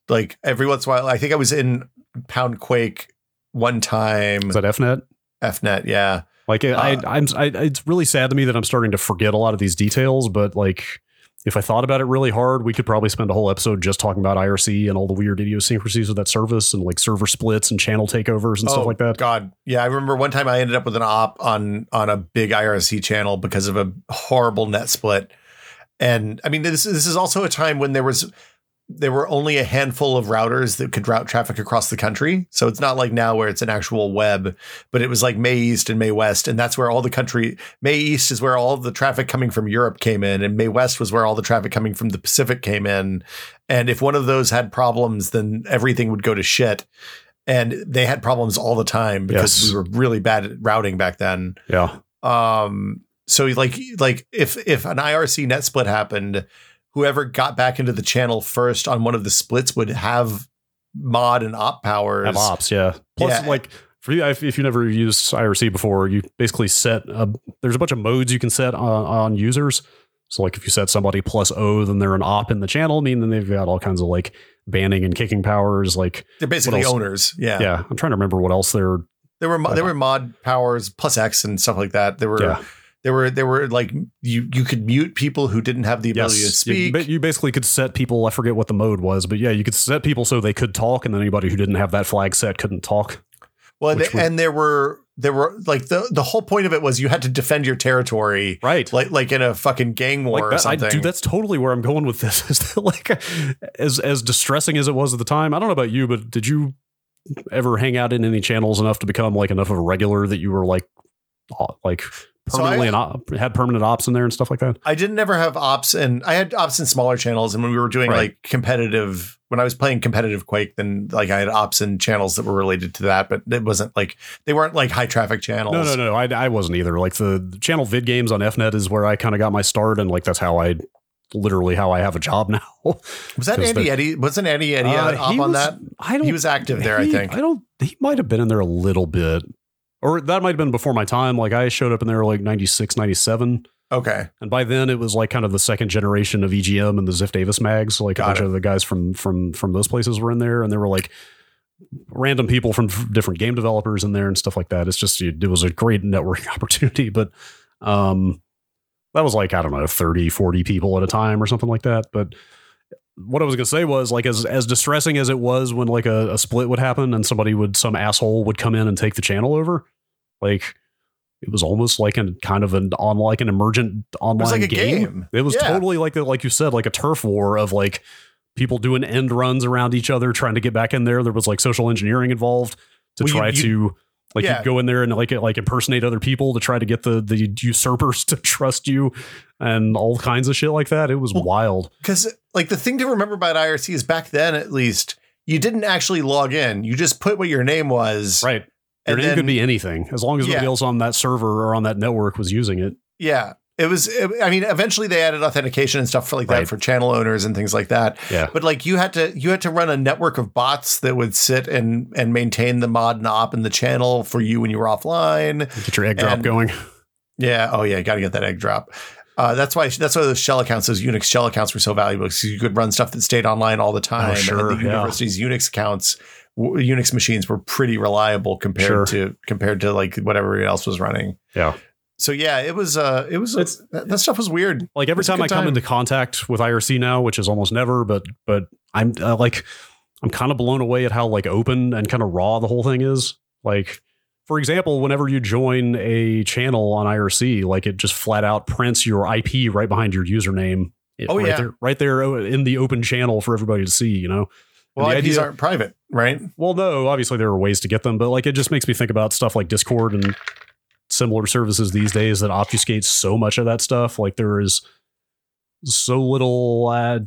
Speaker 1: like every once in a while. I think I was in Pound Quake one time.
Speaker 2: Is that FNet?
Speaker 1: FNet. Yeah.
Speaker 2: Like I,
Speaker 1: Uh,
Speaker 2: I, I'm, I, it's really sad to me that I'm starting to forget a lot of these details. But like, if I thought about it really hard, we could probably spend a whole episode just talking about IRC and all the weird idiosyncrasies of that service and like server splits and channel takeovers and
Speaker 1: Oh.
Speaker 2: stuff like that.
Speaker 1: God, yeah, I remember one time I ended up with an op on on a big IRC channel because of a horrible net split. And I mean, this this is also a time when there was there were only a handful of routers that could route traffic across the country. So it's not like now where it's an actual web, but it was like May East and May West, and that's where all the country May East is where all the traffic coming from Europe came in, and May West was where all the traffic coming from the Pacific came in. And if one of those had problems, then everything would go to shit. And they had problems all the time because
Speaker 2: Yes.
Speaker 1: we were really bad at routing back then.
Speaker 2: Yeah,
Speaker 1: Um, so like like if if an IRC net split happened, whoever got back into the channel first on one of the splits would have mod and op powers.
Speaker 2: have ops. Yeah. Plus,
Speaker 1: Yeah.
Speaker 2: like for you, if, if you never used IRC before, you basically set a, there's a bunch of modes you can set on, on users. So like if you set somebody plus O, then they're an op in the channel. Meaning then they've got all kinds of like banning and kicking powers. Like
Speaker 1: They're basically
Speaker 2: What else?
Speaker 1: owners. Yeah.
Speaker 2: yeah, I'm trying to remember what else they're
Speaker 1: There were mo-
Speaker 2: Okay.
Speaker 1: there were mod powers plus X and stuff like that. There were
Speaker 2: Uh-huh. Yeah.
Speaker 1: there were there were like you you could mute people who didn't have the ability to
Speaker 2: You,
Speaker 1: speak.
Speaker 2: ba- you basically could set people. I forget what the mode was, but yeah, you could set people so they could talk, and then anybody who didn't have that flag set couldn't talk.
Speaker 1: well,
Speaker 2: which
Speaker 1: th-
Speaker 2: would-
Speaker 1: and there were there were like the the whole point of it was you had to defend your territory
Speaker 2: Right.
Speaker 1: like like in a fucking gang war or
Speaker 2: that, I,
Speaker 1: something.
Speaker 2: dude, that's totally where I'm going with this. Is that like as as distressing as it was at the time? I don't know about you, but did you ever hang out in any channels enough to become like enough of a regular that you were like, aw- like
Speaker 1: So
Speaker 2: permanently
Speaker 1: I-
Speaker 2: an op- had permanent ops in there and stuff like that.
Speaker 1: I didn't ever have ops, and I had ops in smaller channels. And when we were doing
Speaker 2: Right.
Speaker 1: like competitive, when I was playing competitive Quake, then like I had ops in channels that were related to that, but it wasn't like they weren't like high traffic channels.
Speaker 2: No, no, no. I, I wasn't either. Like the, the channel vid games on FNet is where I kind of got my start, and like that's how I literally how I have a job now.
Speaker 1: Was that
Speaker 2: 'Cause
Speaker 1: Andy
Speaker 2: they're-
Speaker 1: Eddie? Wasn't Andy Eddie
Speaker 2: Uh,
Speaker 1: on- up on
Speaker 2: he was-
Speaker 1: that?
Speaker 2: I don't.
Speaker 1: He was active there, I
Speaker 2: he-
Speaker 1: think.
Speaker 2: I don't. He might have been in there a little bit, or that might have been before my time. Like I showed up in there like 96, 97.
Speaker 1: Okay,
Speaker 2: and by then it was like kind of the second generation of EGM and the Ziff Davis mags. Like
Speaker 1: Got
Speaker 2: a bunch
Speaker 1: it.
Speaker 2: of the guys from from from those places were in there, and there were like random people from f- different game developers in there and stuff like that. It's just it was a great networking opportunity, but um, that was like I don't know 30, 40 people at a time or something like that, but what I was gonna say was like as as distressing as it was when like a, a split would happen and somebody would some asshole would come in and take the channel over, like it was almost like an kind of an on like an emergent online
Speaker 1: it was like a
Speaker 2: game.
Speaker 1: game.
Speaker 2: It was
Speaker 1: Yeah.
Speaker 2: totally like like you said, like a turf war of like people doing end runs around each other trying to get back in there. There was like social engineering involved to
Speaker 1: Well, you-
Speaker 2: try
Speaker 1: you-
Speaker 2: to like
Speaker 1: Yeah.
Speaker 2: you'd go in there and like like impersonate other people to try to get the the usurpers to trust you and all kinds of shit like that. It was
Speaker 1: Well,
Speaker 2: wild.
Speaker 1: Because like the thing to remember about IRC is back then, at least, you didn't actually log in. You just put what your name was.
Speaker 2: Right.
Speaker 1: and
Speaker 2: Your name
Speaker 1: then-
Speaker 2: could be anything as long as nobody
Speaker 1: Yeah.
Speaker 2: else on that server or on that network was using it.
Speaker 1: Yeah. It was, I mean, eventually they added authentication and stuff for like
Speaker 2: Right.
Speaker 1: that for channel owners and things like that.
Speaker 2: Yeah.
Speaker 1: But like you had to, you had to run a network of bots that would sit and and maintain the mod and op in the channel for you when you were offline.
Speaker 2: Get your egg drop
Speaker 1: And-
Speaker 2: going.
Speaker 1: Yeah. Oh yeah. Got to get that egg drop. Uh, that's why that's why those shell accounts, those Unix shell accounts, were so valuable because you could run stuff that stayed online all the time.
Speaker 2: Oh, sure,
Speaker 1: And the
Speaker 2: yeah.
Speaker 1: university's Unix accounts, w- Unix machines were pretty reliable compared
Speaker 2: Sure.
Speaker 1: to compared to like whatever else was running.
Speaker 2: Yeah.
Speaker 1: So yeah, it was uh, it was
Speaker 2: It's-
Speaker 1: that, that stuff was weird.
Speaker 2: Like every
Speaker 1: It's a
Speaker 2: time
Speaker 1: good
Speaker 2: I come
Speaker 1: time.
Speaker 2: into contact with IRC now, which is almost never, but but I'm uh, like I'm kind of blown away at how like open and kind of raw the whole thing is. Like for example, whenever you join a channel on IRC, like it just flat out prints your IP right behind your username. It-
Speaker 1: Oh,
Speaker 2: right
Speaker 1: yeah.
Speaker 2: there, right there uh, in the open channel for everybody to see. You know,
Speaker 1: Well,
Speaker 2: the
Speaker 1: IPs
Speaker 2: idea-
Speaker 1: aren't private, right?
Speaker 2: Well, no, obviously there are ways to get them, but like it just makes me think about stuff like Discord and similar services these days that obfuscate so much of that stuff. Like there is so little, uh,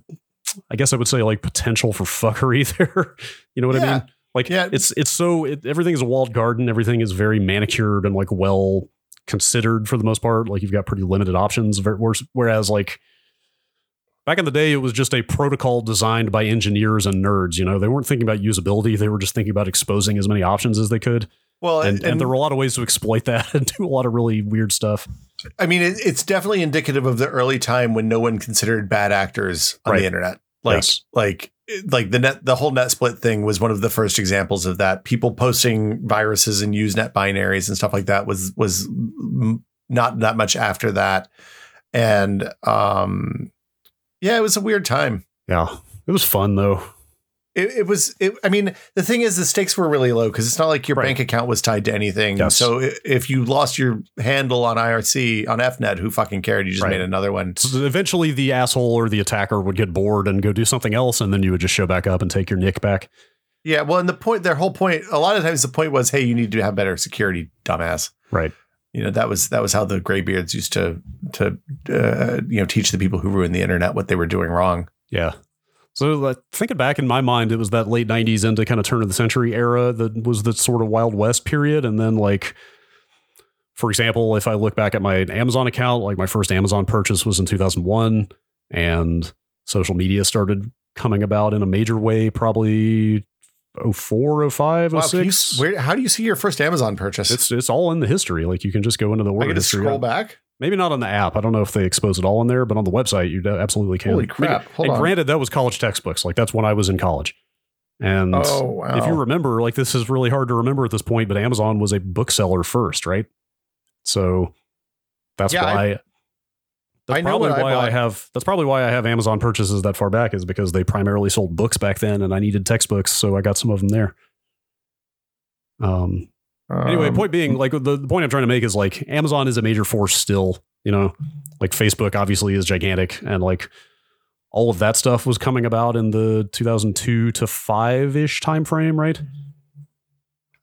Speaker 2: I guess I would say like potential for fuckery there. you know what I
Speaker 1: Yeah.
Speaker 2: mean? Like
Speaker 1: Yeah.
Speaker 2: it's it's so it, everything is a walled garden. Everything is very manicured and like well considered for the most part. Like you've got pretty limited options. ver- whereas- Whereas like back in the day, it was just a protocol designed by engineers and nerds. You know, they weren't thinking about usability. They were just thinking about exposing as many options as they could.
Speaker 1: Well,
Speaker 2: And,
Speaker 1: and,
Speaker 2: and, there were a lot of ways to exploit that and do a lot of really weird stuff.
Speaker 1: I mean, it, it's definitely indicative of the early time when no one considered bad actors on
Speaker 2: Right.
Speaker 1: the internet. Like,
Speaker 2: Yes.
Speaker 1: like, like the net, the whole net split thing was one of the first examples of that. People posting viruses and Usenet binaries and stuff like that was was m- not that much after that, and um, yeah, it was a weird time.
Speaker 2: Yeah. It was fun though.
Speaker 1: It, it was. It, I mean, the thing is, the stakes were really low because it's not like your
Speaker 2: Right.
Speaker 1: bank account was tied to anything.
Speaker 2: Yes.
Speaker 1: So i- if you lost your handle on IRC on FNet, who fucking cared? You just
Speaker 2: Right.
Speaker 1: made another one.
Speaker 2: So eventually the asshole or the attacker would get bored and go do something else. And then you would just show back up and take your nick back.
Speaker 1: Yeah, well, and the point, their whole point, a lot of times the point was, hey, you need to have better security, dumbass.
Speaker 2: Right.
Speaker 1: You know that was that was how the graybeards used to to uh, you know teach the people who ruined the internet what they were doing wrong.
Speaker 2: Yeah. So like, thinking back in my mind, it was that late '90s into kind of turn of the century era that was the sort of Wild West period, and then like, for example, if I look back at my Amazon account, like my first Amazon purchase was in 2001, and social media started coming about in a major way, probably 04, 05,
Speaker 1: Wow, can you,
Speaker 2: 06.
Speaker 1: where, how do you see your first Amazon purchase?
Speaker 2: it's it's all in the history. Like you can just go into the
Speaker 1: I
Speaker 2: order
Speaker 1: got to
Speaker 2: history.
Speaker 1: scroll back.
Speaker 2: Maybe not on the app. I don't know if they expose it all in there, but on the website, you absolutely can.
Speaker 1: Holy
Speaker 2: Like,
Speaker 1: crap! Hold
Speaker 2: and
Speaker 1: on.
Speaker 2: granted, that was college textbooks. Like that's when I was in college. And
Speaker 1: oh wow!
Speaker 2: if you remember, like this is really hard to remember at this point, but Amazon was a bookseller first, right? So that's
Speaker 1: Yeah, I-
Speaker 2: why. that's
Speaker 1: I know
Speaker 2: probably
Speaker 1: what I
Speaker 2: why I,
Speaker 1: bought.
Speaker 2: have. That's probably why I have Amazon purchases that far back is because they primarily sold books back then, and I needed textbooks, so I got some of them there. Um, Anyway,
Speaker 1: Um,
Speaker 2: point being, like the, the point I'm trying to make is like Amazon is a major force still, you know, like Facebook obviously is gigantic and like all of that stuff was coming about in the 2002 to 5 ish time frame, right?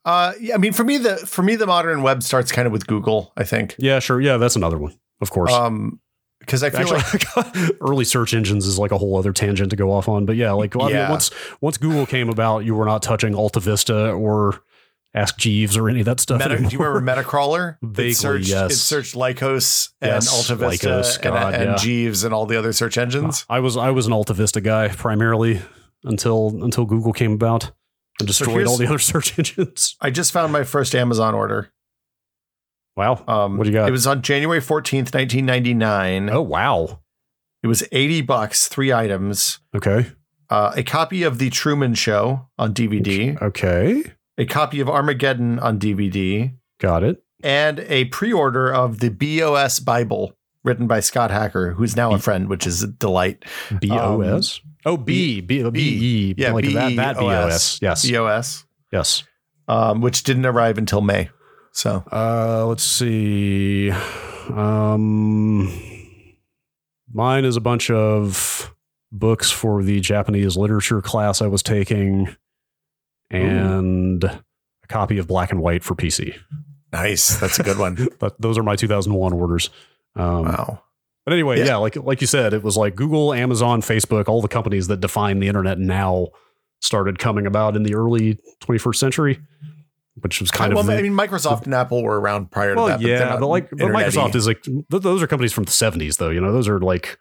Speaker 1: Uh, yeah, I mean, for me, the for me, the modern web starts kind of with Google. I think.
Speaker 2: Yeah, sure. Yeah, that's another one, of course.
Speaker 1: Um, because I feel
Speaker 2: Actually,
Speaker 1: like
Speaker 2: early search engines is like a whole other tangent to go off on. But yeah, like well, I mean,
Speaker 1: Yeah.
Speaker 2: once once Google came about, you were not touching Alta Vista or Ask Jeeves or any of that stuff.
Speaker 1: Meta, do you
Speaker 2: anymore.
Speaker 1: remember Metacrawler?
Speaker 2: Vaguely,
Speaker 1: it searched,
Speaker 2: yes.
Speaker 1: It searched Lycos and
Speaker 2: Yes,
Speaker 1: AltaVista
Speaker 2: Lycos,
Speaker 1: and,
Speaker 2: God,
Speaker 1: and
Speaker 2: yeah.
Speaker 1: Jeeves and all the other search engines.
Speaker 2: I was I was an Alta Vista guy primarily until until Google came about and destroyed
Speaker 1: here's-
Speaker 2: all the other search engines.
Speaker 1: I just found my first Amazon order.
Speaker 2: Wow.
Speaker 1: Um,
Speaker 2: What do you got?
Speaker 1: It was on January 14th, 1999.
Speaker 2: oh wow.
Speaker 1: It was 80 bucks, three items.
Speaker 2: Okay.
Speaker 1: Uh, a copy of The Truman Show on DVD,
Speaker 2: Okay.
Speaker 1: a copy of Armageddon on DVD,
Speaker 2: Got it.
Speaker 1: and a pre order of the BOS Bible written by Scott Hacker, who's now a friend, which is a delight.
Speaker 2: B O S. Oh B B B E.
Speaker 1: yeah,
Speaker 2: Like that that B E O
Speaker 1: B-E-O-S.
Speaker 2: S. Yes.
Speaker 1: BOS.
Speaker 2: Yes.
Speaker 1: um, which didn't arrive until May. So
Speaker 2: Uh, let's see. Um, mine is a bunch of books for the Japanese literature class I was taking, and a copy of Black and White for PC.
Speaker 1: nice. That's a good one.
Speaker 2: But those are my 2001 orders. Um,
Speaker 1: wow.
Speaker 2: But anyway, yeah.
Speaker 1: Yeah.
Speaker 2: like like you said, it was like Google, Amazon, Facebook, all the companies that define the internet now started coming about in the early 21st century, which was kind
Speaker 1: well,
Speaker 2: of the-
Speaker 1: I mean, Microsoft and Apple were around prior to
Speaker 2: well,
Speaker 1: that.
Speaker 2: yeah,
Speaker 1: they're
Speaker 2: but,
Speaker 1: not
Speaker 2: like but
Speaker 1: internet-y.
Speaker 2: Microsoft is like th- those are companies from the seventies, though. You know, those are like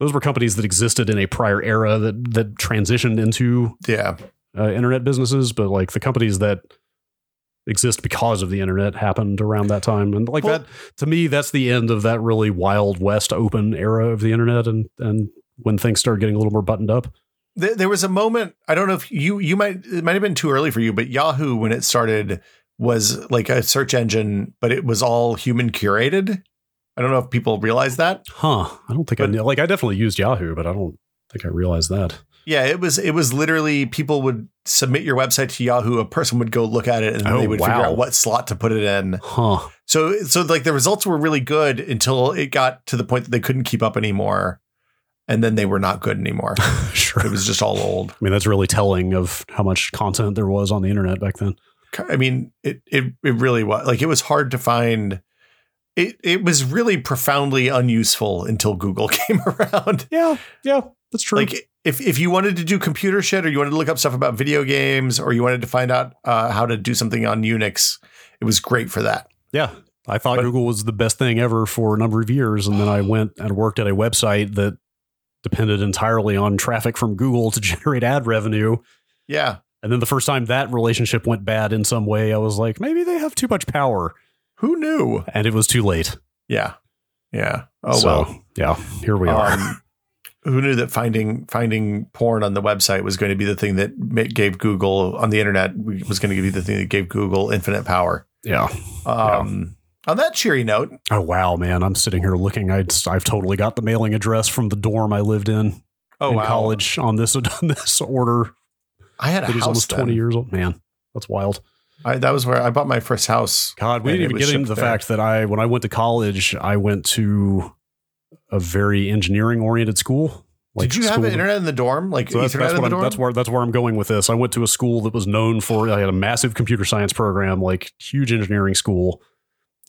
Speaker 2: those were companies that existed in a prior era that that transitioned into
Speaker 1: yeah,
Speaker 2: uh, internet businesses. But like the companies that exist because of the internet happened around that time, and like
Speaker 1: Well-
Speaker 2: that to me, that's the end of that really wild west open era of the internet, and and when things started getting a little more buttoned up.
Speaker 1: there, there was a moment. I don't know if you you might it might have been too early for you, but Yahoo when it started was like a search engine, but it was all human curated. I don't know if people realize that.
Speaker 2: Huh? I don't think I
Speaker 1: But-
Speaker 2: knew. Like I definitely used Yahoo, but I don't think I realized that.
Speaker 1: Yeah, it was it was literally people would submit your website to Yahoo, a person would go look at it, and then
Speaker 2: Oh,
Speaker 1: they would figure
Speaker 2: wow.
Speaker 1: out what slot to put it in.
Speaker 2: Huh?
Speaker 1: So so like the results were really good until it got to the point that they couldn't keep up anymore. And then they were not good anymore.
Speaker 2: sure.
Speaker 1: it was just all old.
Speaker 2: I mean, that's really telling of how much content there was on the internet back then.
Speaker 1: I mean, it it, it really was like it was hard to find it it was really profoundly unuseful until Google came around.
Speaker 2: Yeah, yeah, that's true.
Speaker 1: Like if if you wanted to do computer shit or you wanted to look up stuff about video games or you wanted to find out uh, how to do something on Unix, it was great for that.
Speaker 2: yeah, I thought
Speaker 1: But-
Speaker 2: Google was the best thing ever for a number of years, and then I went and worked at a website that depended entirely on traffic from Google to generate ad revenue.
Speaker 1: Yeah.
Speaker 2: And then the first time that relationship went bad in some way, I was like, maybe they have too much power,
Speaker 1: Who knew?
Speaker 2: and it was too late.
Speaker 1: Yeah. Yeah. Oh
Speaker 2: So,
Speaker 1: well.
Speaker 2: yeah, here we are.
Speaker 1: Um, who knew that finding finding porn on the website was going to be the thing that ma- gave Google on the internet was going to be the thing that gave Google infinite power.
Speaker 2: Yeah.
Speaker 1: Um, On that cheery note,
Speaker 2: Oh wow, man, I'm sitting here looking. I I've totally got the mailing address from the dorm I lived in
Speaker 1: oh
Speaker 2: in
Speaker 1: wow,
Speaker 2: college on this on this order
Speaker 1: I had a
Speaker 2: It was
Speaker 1: house
Speaker 2: almost 20
Speaker 1: then.
Speaker 2: years old. Man, that's wild.
Speaker 1: I, that was where I bought my first house.
Speaker 2: God, we
Speaker 1: And
Speaker 2: didn't
Speaker 1: it
Speaker 2: even
Speaker 1: was
Speaker 2: get into
Speaker 1: shipped
Speaker 2: the
Speaker 1: there.
Speaker 2: fact that I, when I went to college, I went to a very engineering oriented school.
Speaker 1: Did you have
Speaker 2: school-
Speaker 1: an internet in the dorm? Like
Speaker 2: So that's,
Speaker 1: Ethernet
Speaker 2: that's
Speaker 1: in
Speaker 2: what
Speaker 1: the
Speaker 2: I'm,
Speaker 1: dorm?
Speaker 2: that's where that's where I'm going with this. I went to a school that was known for I had a massive computer science program, like huge engineering school.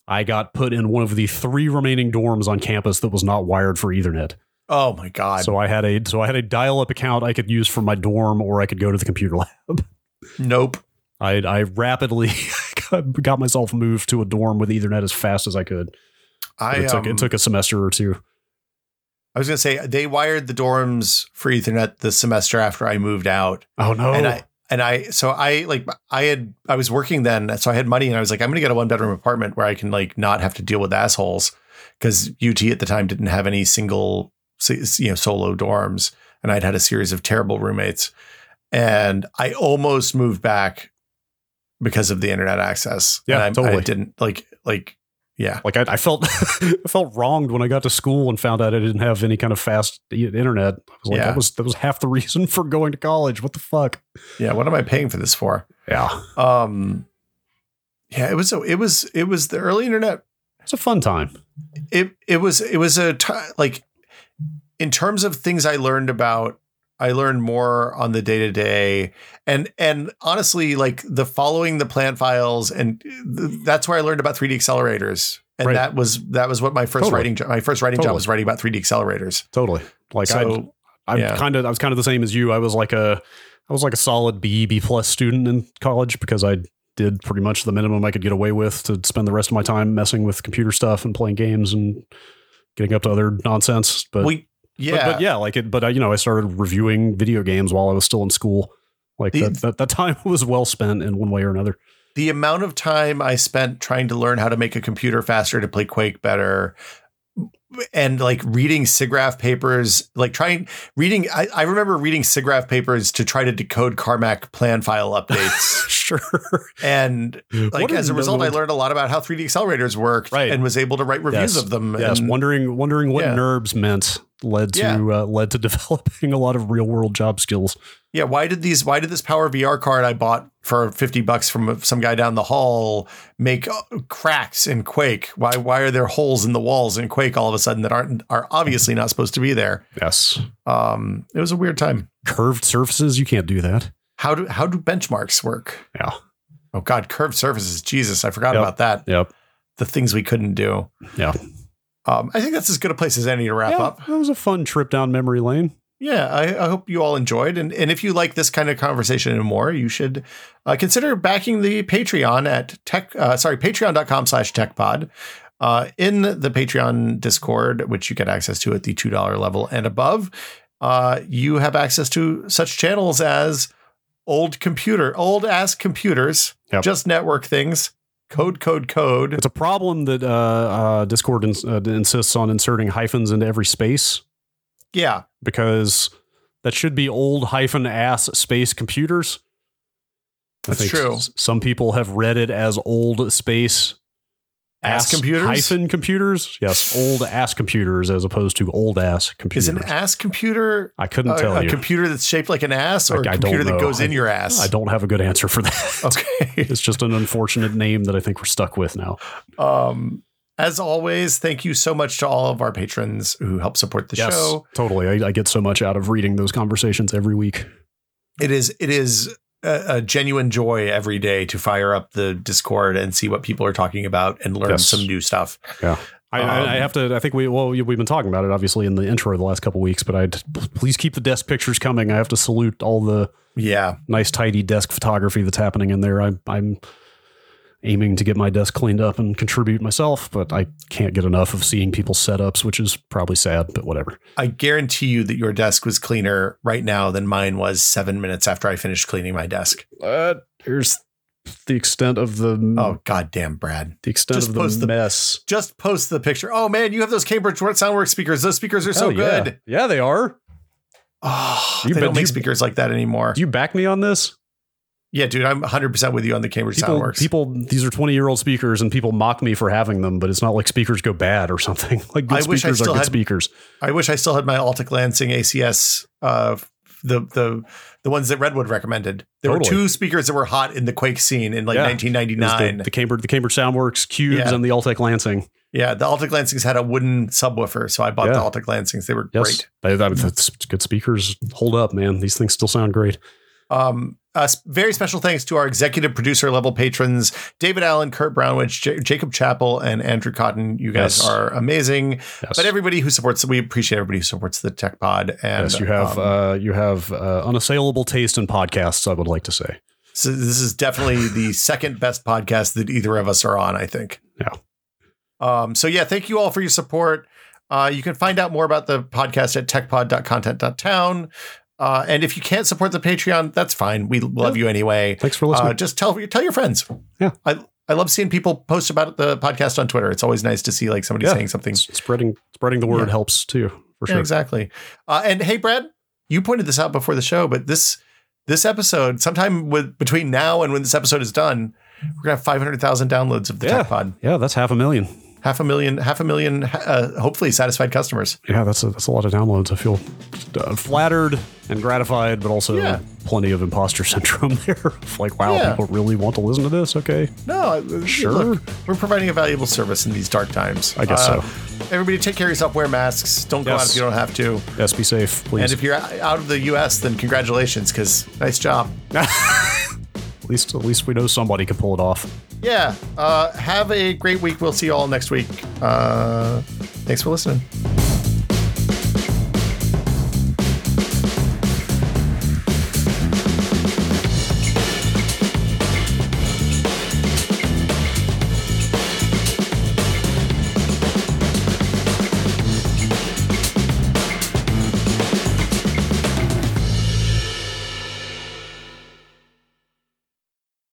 Speaker 2: I got put in one of the three remaining dorms on campus that was not wired for Ethernet.
Speaker 1: oh my god,
Speaker 2: so I had a so I had a dial-up account I could use for my dorm, or I could go to the computer lab.
Speaker 1: nope.
Speaker 2: I I rapidly got, got myself moved to a dorm with Ethernet as fast as I could.
Speaker 1: I
Speaker 2: it took
Speaker 1: um,
Speaker 2: it took a semester or two.
Speaker 1: I was going to say they wired the dorms for Ethernet the semester after I moved out.
Speaker 2: Oh no!
Speaker 1: and I and I so I like I had I was working then, so I had money, and I was like, I'm gonna get a one bedroom apartment where I can like not have to deal with assholes because UT at the time didn't have any single s- s- you know solo dorms, and I'd had a series of terrible roommates, and I almost moved back because of the internet access. and
Speaker 2: Yeah,
Speaker 1: I,
Speaker 2: totally.
Speaker 1: I didn't like like yeah.
Speaker 2: like I, I felt I felt wronged when I got to school and found out I didn't have any kind of fast e- internet. I was like,
Speaker 1: Yeah.
Speaker 2: that was that was half the reason for going to college. What the fuck?
Speaker 1: Yeah, what am I paying for this for?
Speaker 2: Yeah,
Speaker 1: Um yeah, it was so it was it was the early internet
Speaker 2: it's a fun time.
Speaker 1: it it was it was a t- like in terms of things I learned about I learn more on the day to day, and and honestly, like the following the plant files, and th- that's where I learned about 3D accelerators, and
Speaker 2: Right.
Speaker 1: that was that was what my first
Speaker 2: Totally.
Speaker 1: writing jo- my first writing job
Speaker 2: Totally.
Speaker 1: was writing about 3D accelerators.
Speaker 2: Totally. Like
Speaker 1: so
Speaker 2: I, I'm
Speaker 1: yeah.
Speaker 2: kind of I was kind of the same as you. I was like a I was like a solid B B plus student in college because I did pretty much the minimum I could get away with to spend the rest of my time messing with computer stuff and playing games and getting up to other nonsense. But
Speaker 1: we
Speaker 2: but,
Speaker 1: yeah
Speaker 2: but yeah, like it. But I, you know, I started reviewing video games while I was still in school. Like
Speaker 1: The-
Speaker 2: that, that that time was well spent in one way or another.
Speaker 1: the amount of time I spent trying to learn how to make a computer faster to play Quake better and like reading SIGGRAPH papers, like trying reading, I, I remember reading SIGGRAPH papers to try to decode Carmack plan file updates.
Speaker 2: sure.
Speaker 1: and like
Speaker 2: What
Speaker 1: as a result, I
Speaker 2: nerd.
Speaker 1: learned a lot about how 3D accelerators worked
Speaker 2: Right.
Speaker 1: and was able to write reviews
Speaker 2: Yes.
Speaker 1: of them.
Speaker 2: Yes,
Speaker 1: and,
Speaker 2: wondering wondering what
Speaker 1: Yeah.
Speaker 2: NURBS meant led to
Speaker 1: Yeah.
Speaker 2: uh, led to developing a lot of real world job skills.
Speaker 1: Yeah, why did these? Why did this Power VR card I bought for fifty bucks from some guy down the hall make uh, cracks in Quake? Why? Why are there holes in the walls in Quake all of a sudden that aren't are obviously not supposed to be there?
Speaker 2: Yes,
Speaker 1: Um, it was a weird time.
Speaker 2: curved surfaces you can't do that.
Speaker 1: How do how do benchmarks work?
Speaker 2: Yeah.
Speaker 1: Oh God, curved surfaces. Jesus, I forgot
Speaker 2: Yep.
Speaker 1: about that.
Speaker 2: Yep.
Speaker 1: The things we couldn't do.
Speaker 2: Yeah.
Speaker 1: Um, I think that's as good a place as any to wrap up.
Speaker 2: That was a fun trip down memory lane.
Speaker 1: Yeah, I, I hope you all enjoyed. And, and if you like this kind of conversation and more, you should uh, consider backing the Patreon at tech, uh, sorry, patreon.com slash techpod. Uh, in the Patreon Discord, which you get access to at the $2 level and above, uh, you have access to such channels as Old Computer, Old Ass Computers,
Speaker 2: Yep.
Speaker 1: Just Network Things, Code, Code, Code.
Speaker 2: It's a problem that uh, uh, Discord ins- uh, insists on inserting hyphens into every space
Speaker 1: Yeah.
Speaker 2: because that should be old hyphen ass space computers. I
Speaker 1: That's
Speaker 2: think
Speaker 1: true.
Speaker 2: s- Some people have read it as old space
Speaker 1: Ass computers?
Speaker 2: hyphen computers. Yes, old ass computers as opposed to old ass computers.
Speaker 1: Is an ass computer
Speaker 2: I couldn't
Speaker 1: a,
Speaker 2: tell
Speaker 1: a
Speaker 2: you.
Speaker 1: computer that's shaped like an ass or
Speaker 2: I-
Speaker 1: a
Speaker 2: I don't
Speaker 1: computer that
Speaker 2: know.
Speaker 1: goes in your ass?
Speaker 2: I don't have a good answer for that.
Speaker 1: Okay.
Speaker 2: It's just an unfortunate name that I think we're stuck with now.
Speaker 1: Um, as always, thank you so much to all of our patrons who help support the show.
Speaker 2: totally. I, I get so much out of reading those conversations every week.
Speaker 1: It is it is a, a genuine joy every day to fire up the Discord and see what people are talking about and learn
Speaker 2: Yes.
Speaker 1: some new stuff.
Speaker 2: I,
Speaker 1: Um,
Speaker 2: I, I have to. I think we well we've been talking about it obviously in the intro the last couple weeks, but I please keep the desk pictures coming. I have to salute all the
Speaker 1: Yeah,
Speaker 2: nice tidy desk photography that's happening in there. I, I'm aiming to get my desk cleaned up and contribute myself, but I can't get enough of seeing people's setups, which is probably sad, but whatever.
Speaker 1: I guarantee you that your desk was cleaner right now than mine was seven minutes after I finished cleaning my desk.
Speaker 2: Uh, here's the extent of the
Speaker 1: Oh goddamn, Brad!
Speaker 2: the extent
Speaker 1: just
Speaker 2: of
Speaker 1: post the-
Speaker 2: the mess.
Speaker 1: Just post the picture. Oh man, you have those Cambridge Soundwork speakers. Those speakers are so
Speaker 2: Hell yeah.
Speaker 1: good.
Speaker 2: Yeah, they are.
Speaker 1: Oh,
Speaker 2: You
Speaker 1: they
Speaker 2: bet-
Speaker 1: don't
Speaker 2: do
Speaker 1: make
Speaker 2: you-
Speaker 1: speakers like that anymore.
Speaker 2: Do you back me on this?
Speaker 1: yeah, dude, I'm 100 percent with you on the Cambridge
Speaker 2: people,
Speaker 1: Soundworks.
Speaker 2: people these are 20 year old speakers and people mock me for having them but it's not like speakers go bad or something like good
Speaker 1: I wish I
Speaker 2: speakers are
Speaker 1: still
Speaker 2: good
Speaker 1: had-
Speaker 2: speakers
Speaker 1: I wish I still had my Alta Glancing ACS, uh, the the the ones that Redwood recommended. There
Speaker 2: Totally.
Speaker 1: were two speakers that were hot in the Quake scene in like
Speaker 2: Yeah. It was
Speaker 1: 1999.
Speaker 2: the, the cambridge the cambridge soundworks cubes
Speaker 1: Yeah.
Speaker 2: and the altec lansing
Speaker 1: yeah, the Alta Glancings had a wooden subwoofer, so I bought the
Speaker 2: Yeah.
Speaker 1: Alta Glancings. They were
Speaker 2: yes
Speaker 1: great.
Speaker 2: they, that, that's good speakers hold up man these things still sound great
Speaker 1: Um, uh, very special thanks to our executive producer level patrons David Allen, Kurt Brownwich, J- Jacob Chappell, and Andrew Cotton. You guys
Speaker 2: Yes.
Speaker 1: are amazing.
Speaker 2: yes.
Speaker 1: But everybody who supports, we appreciate everybody who supports the Tech Pod. And
Speaker 2: Yes, you have
Speaker 1: um,
Speaker 2: uh, you have uh, unassailable taste in podcasts. I would like to say.
Speaker 1: So this is definitely the second best podcast that either of us are on, I think.
Speaker 2: Yeah.
Speaker 1: Um, so yeah, thank you all for your support. Uh, you can find out more about the podcast at techpod.content.town. Uh, and if you can't support the Patreon, that's fine. We love you anyway.
Speaker 2: Thanks for listening.
Speaker 1: Uh, just tell tell your friends.
Speaker 2: Yeah.
Speaker 1: I I love seeing people post about the podcast on Twitter. It's always nice to see like somebody
Speaker 2: Yeah.
Speaker 1: saying something.
Speaker 2: S- spreading spreading the word
Speaker 1: Yeah.
Speaker 2: helps too, for
Speaker 1: Yeah,
Speaker 2: sure.
Speaker 1: exactly. Uh, and hey, Brad, you pointed this out before the show, but this this episode, sometime with between now and when this episode is done, we're gonna have five hundred thousand downloads of the
Speaker 2: Yeah.
Speaker 1: Tech Pod.
Speaker 2: Yeah, that's half a million.
Speaker 1: half a million, half a million, uh, hopefully satisfied customers.
Speaker 2: Yeah, that's a, that's a lot of downloads. I feel uh, flattered and gratified, but also
Speaker 1: Yeah.
Speaker 2: plenty of imposter syndrome there. It's like, wow,
Speaker 1: Yeah.
Speaker 2: people really want to listen to this. Okay,
Speaker 1: No, I-
Speaker 2: Sure.
Speaker 1: look, we're providing a valuable service in these dark times. Uh,
Speaker 2: I guess so.
Speaker 1: Everybody, take care of yourself. Wear masks. Don't go out
Speaker 2: Yes.
Speaker 1: if you don't have to.
Speaker 2: yes, be safe, please.
Speaker 1: And if you're out of the U.S., then congratulations, because nice job.
Speaker 2: at least at least we know somebody can pull it off.
Speaker 1: Yeah. Uh, have a great week. We'll see you all next week. Uh, thanks for listening.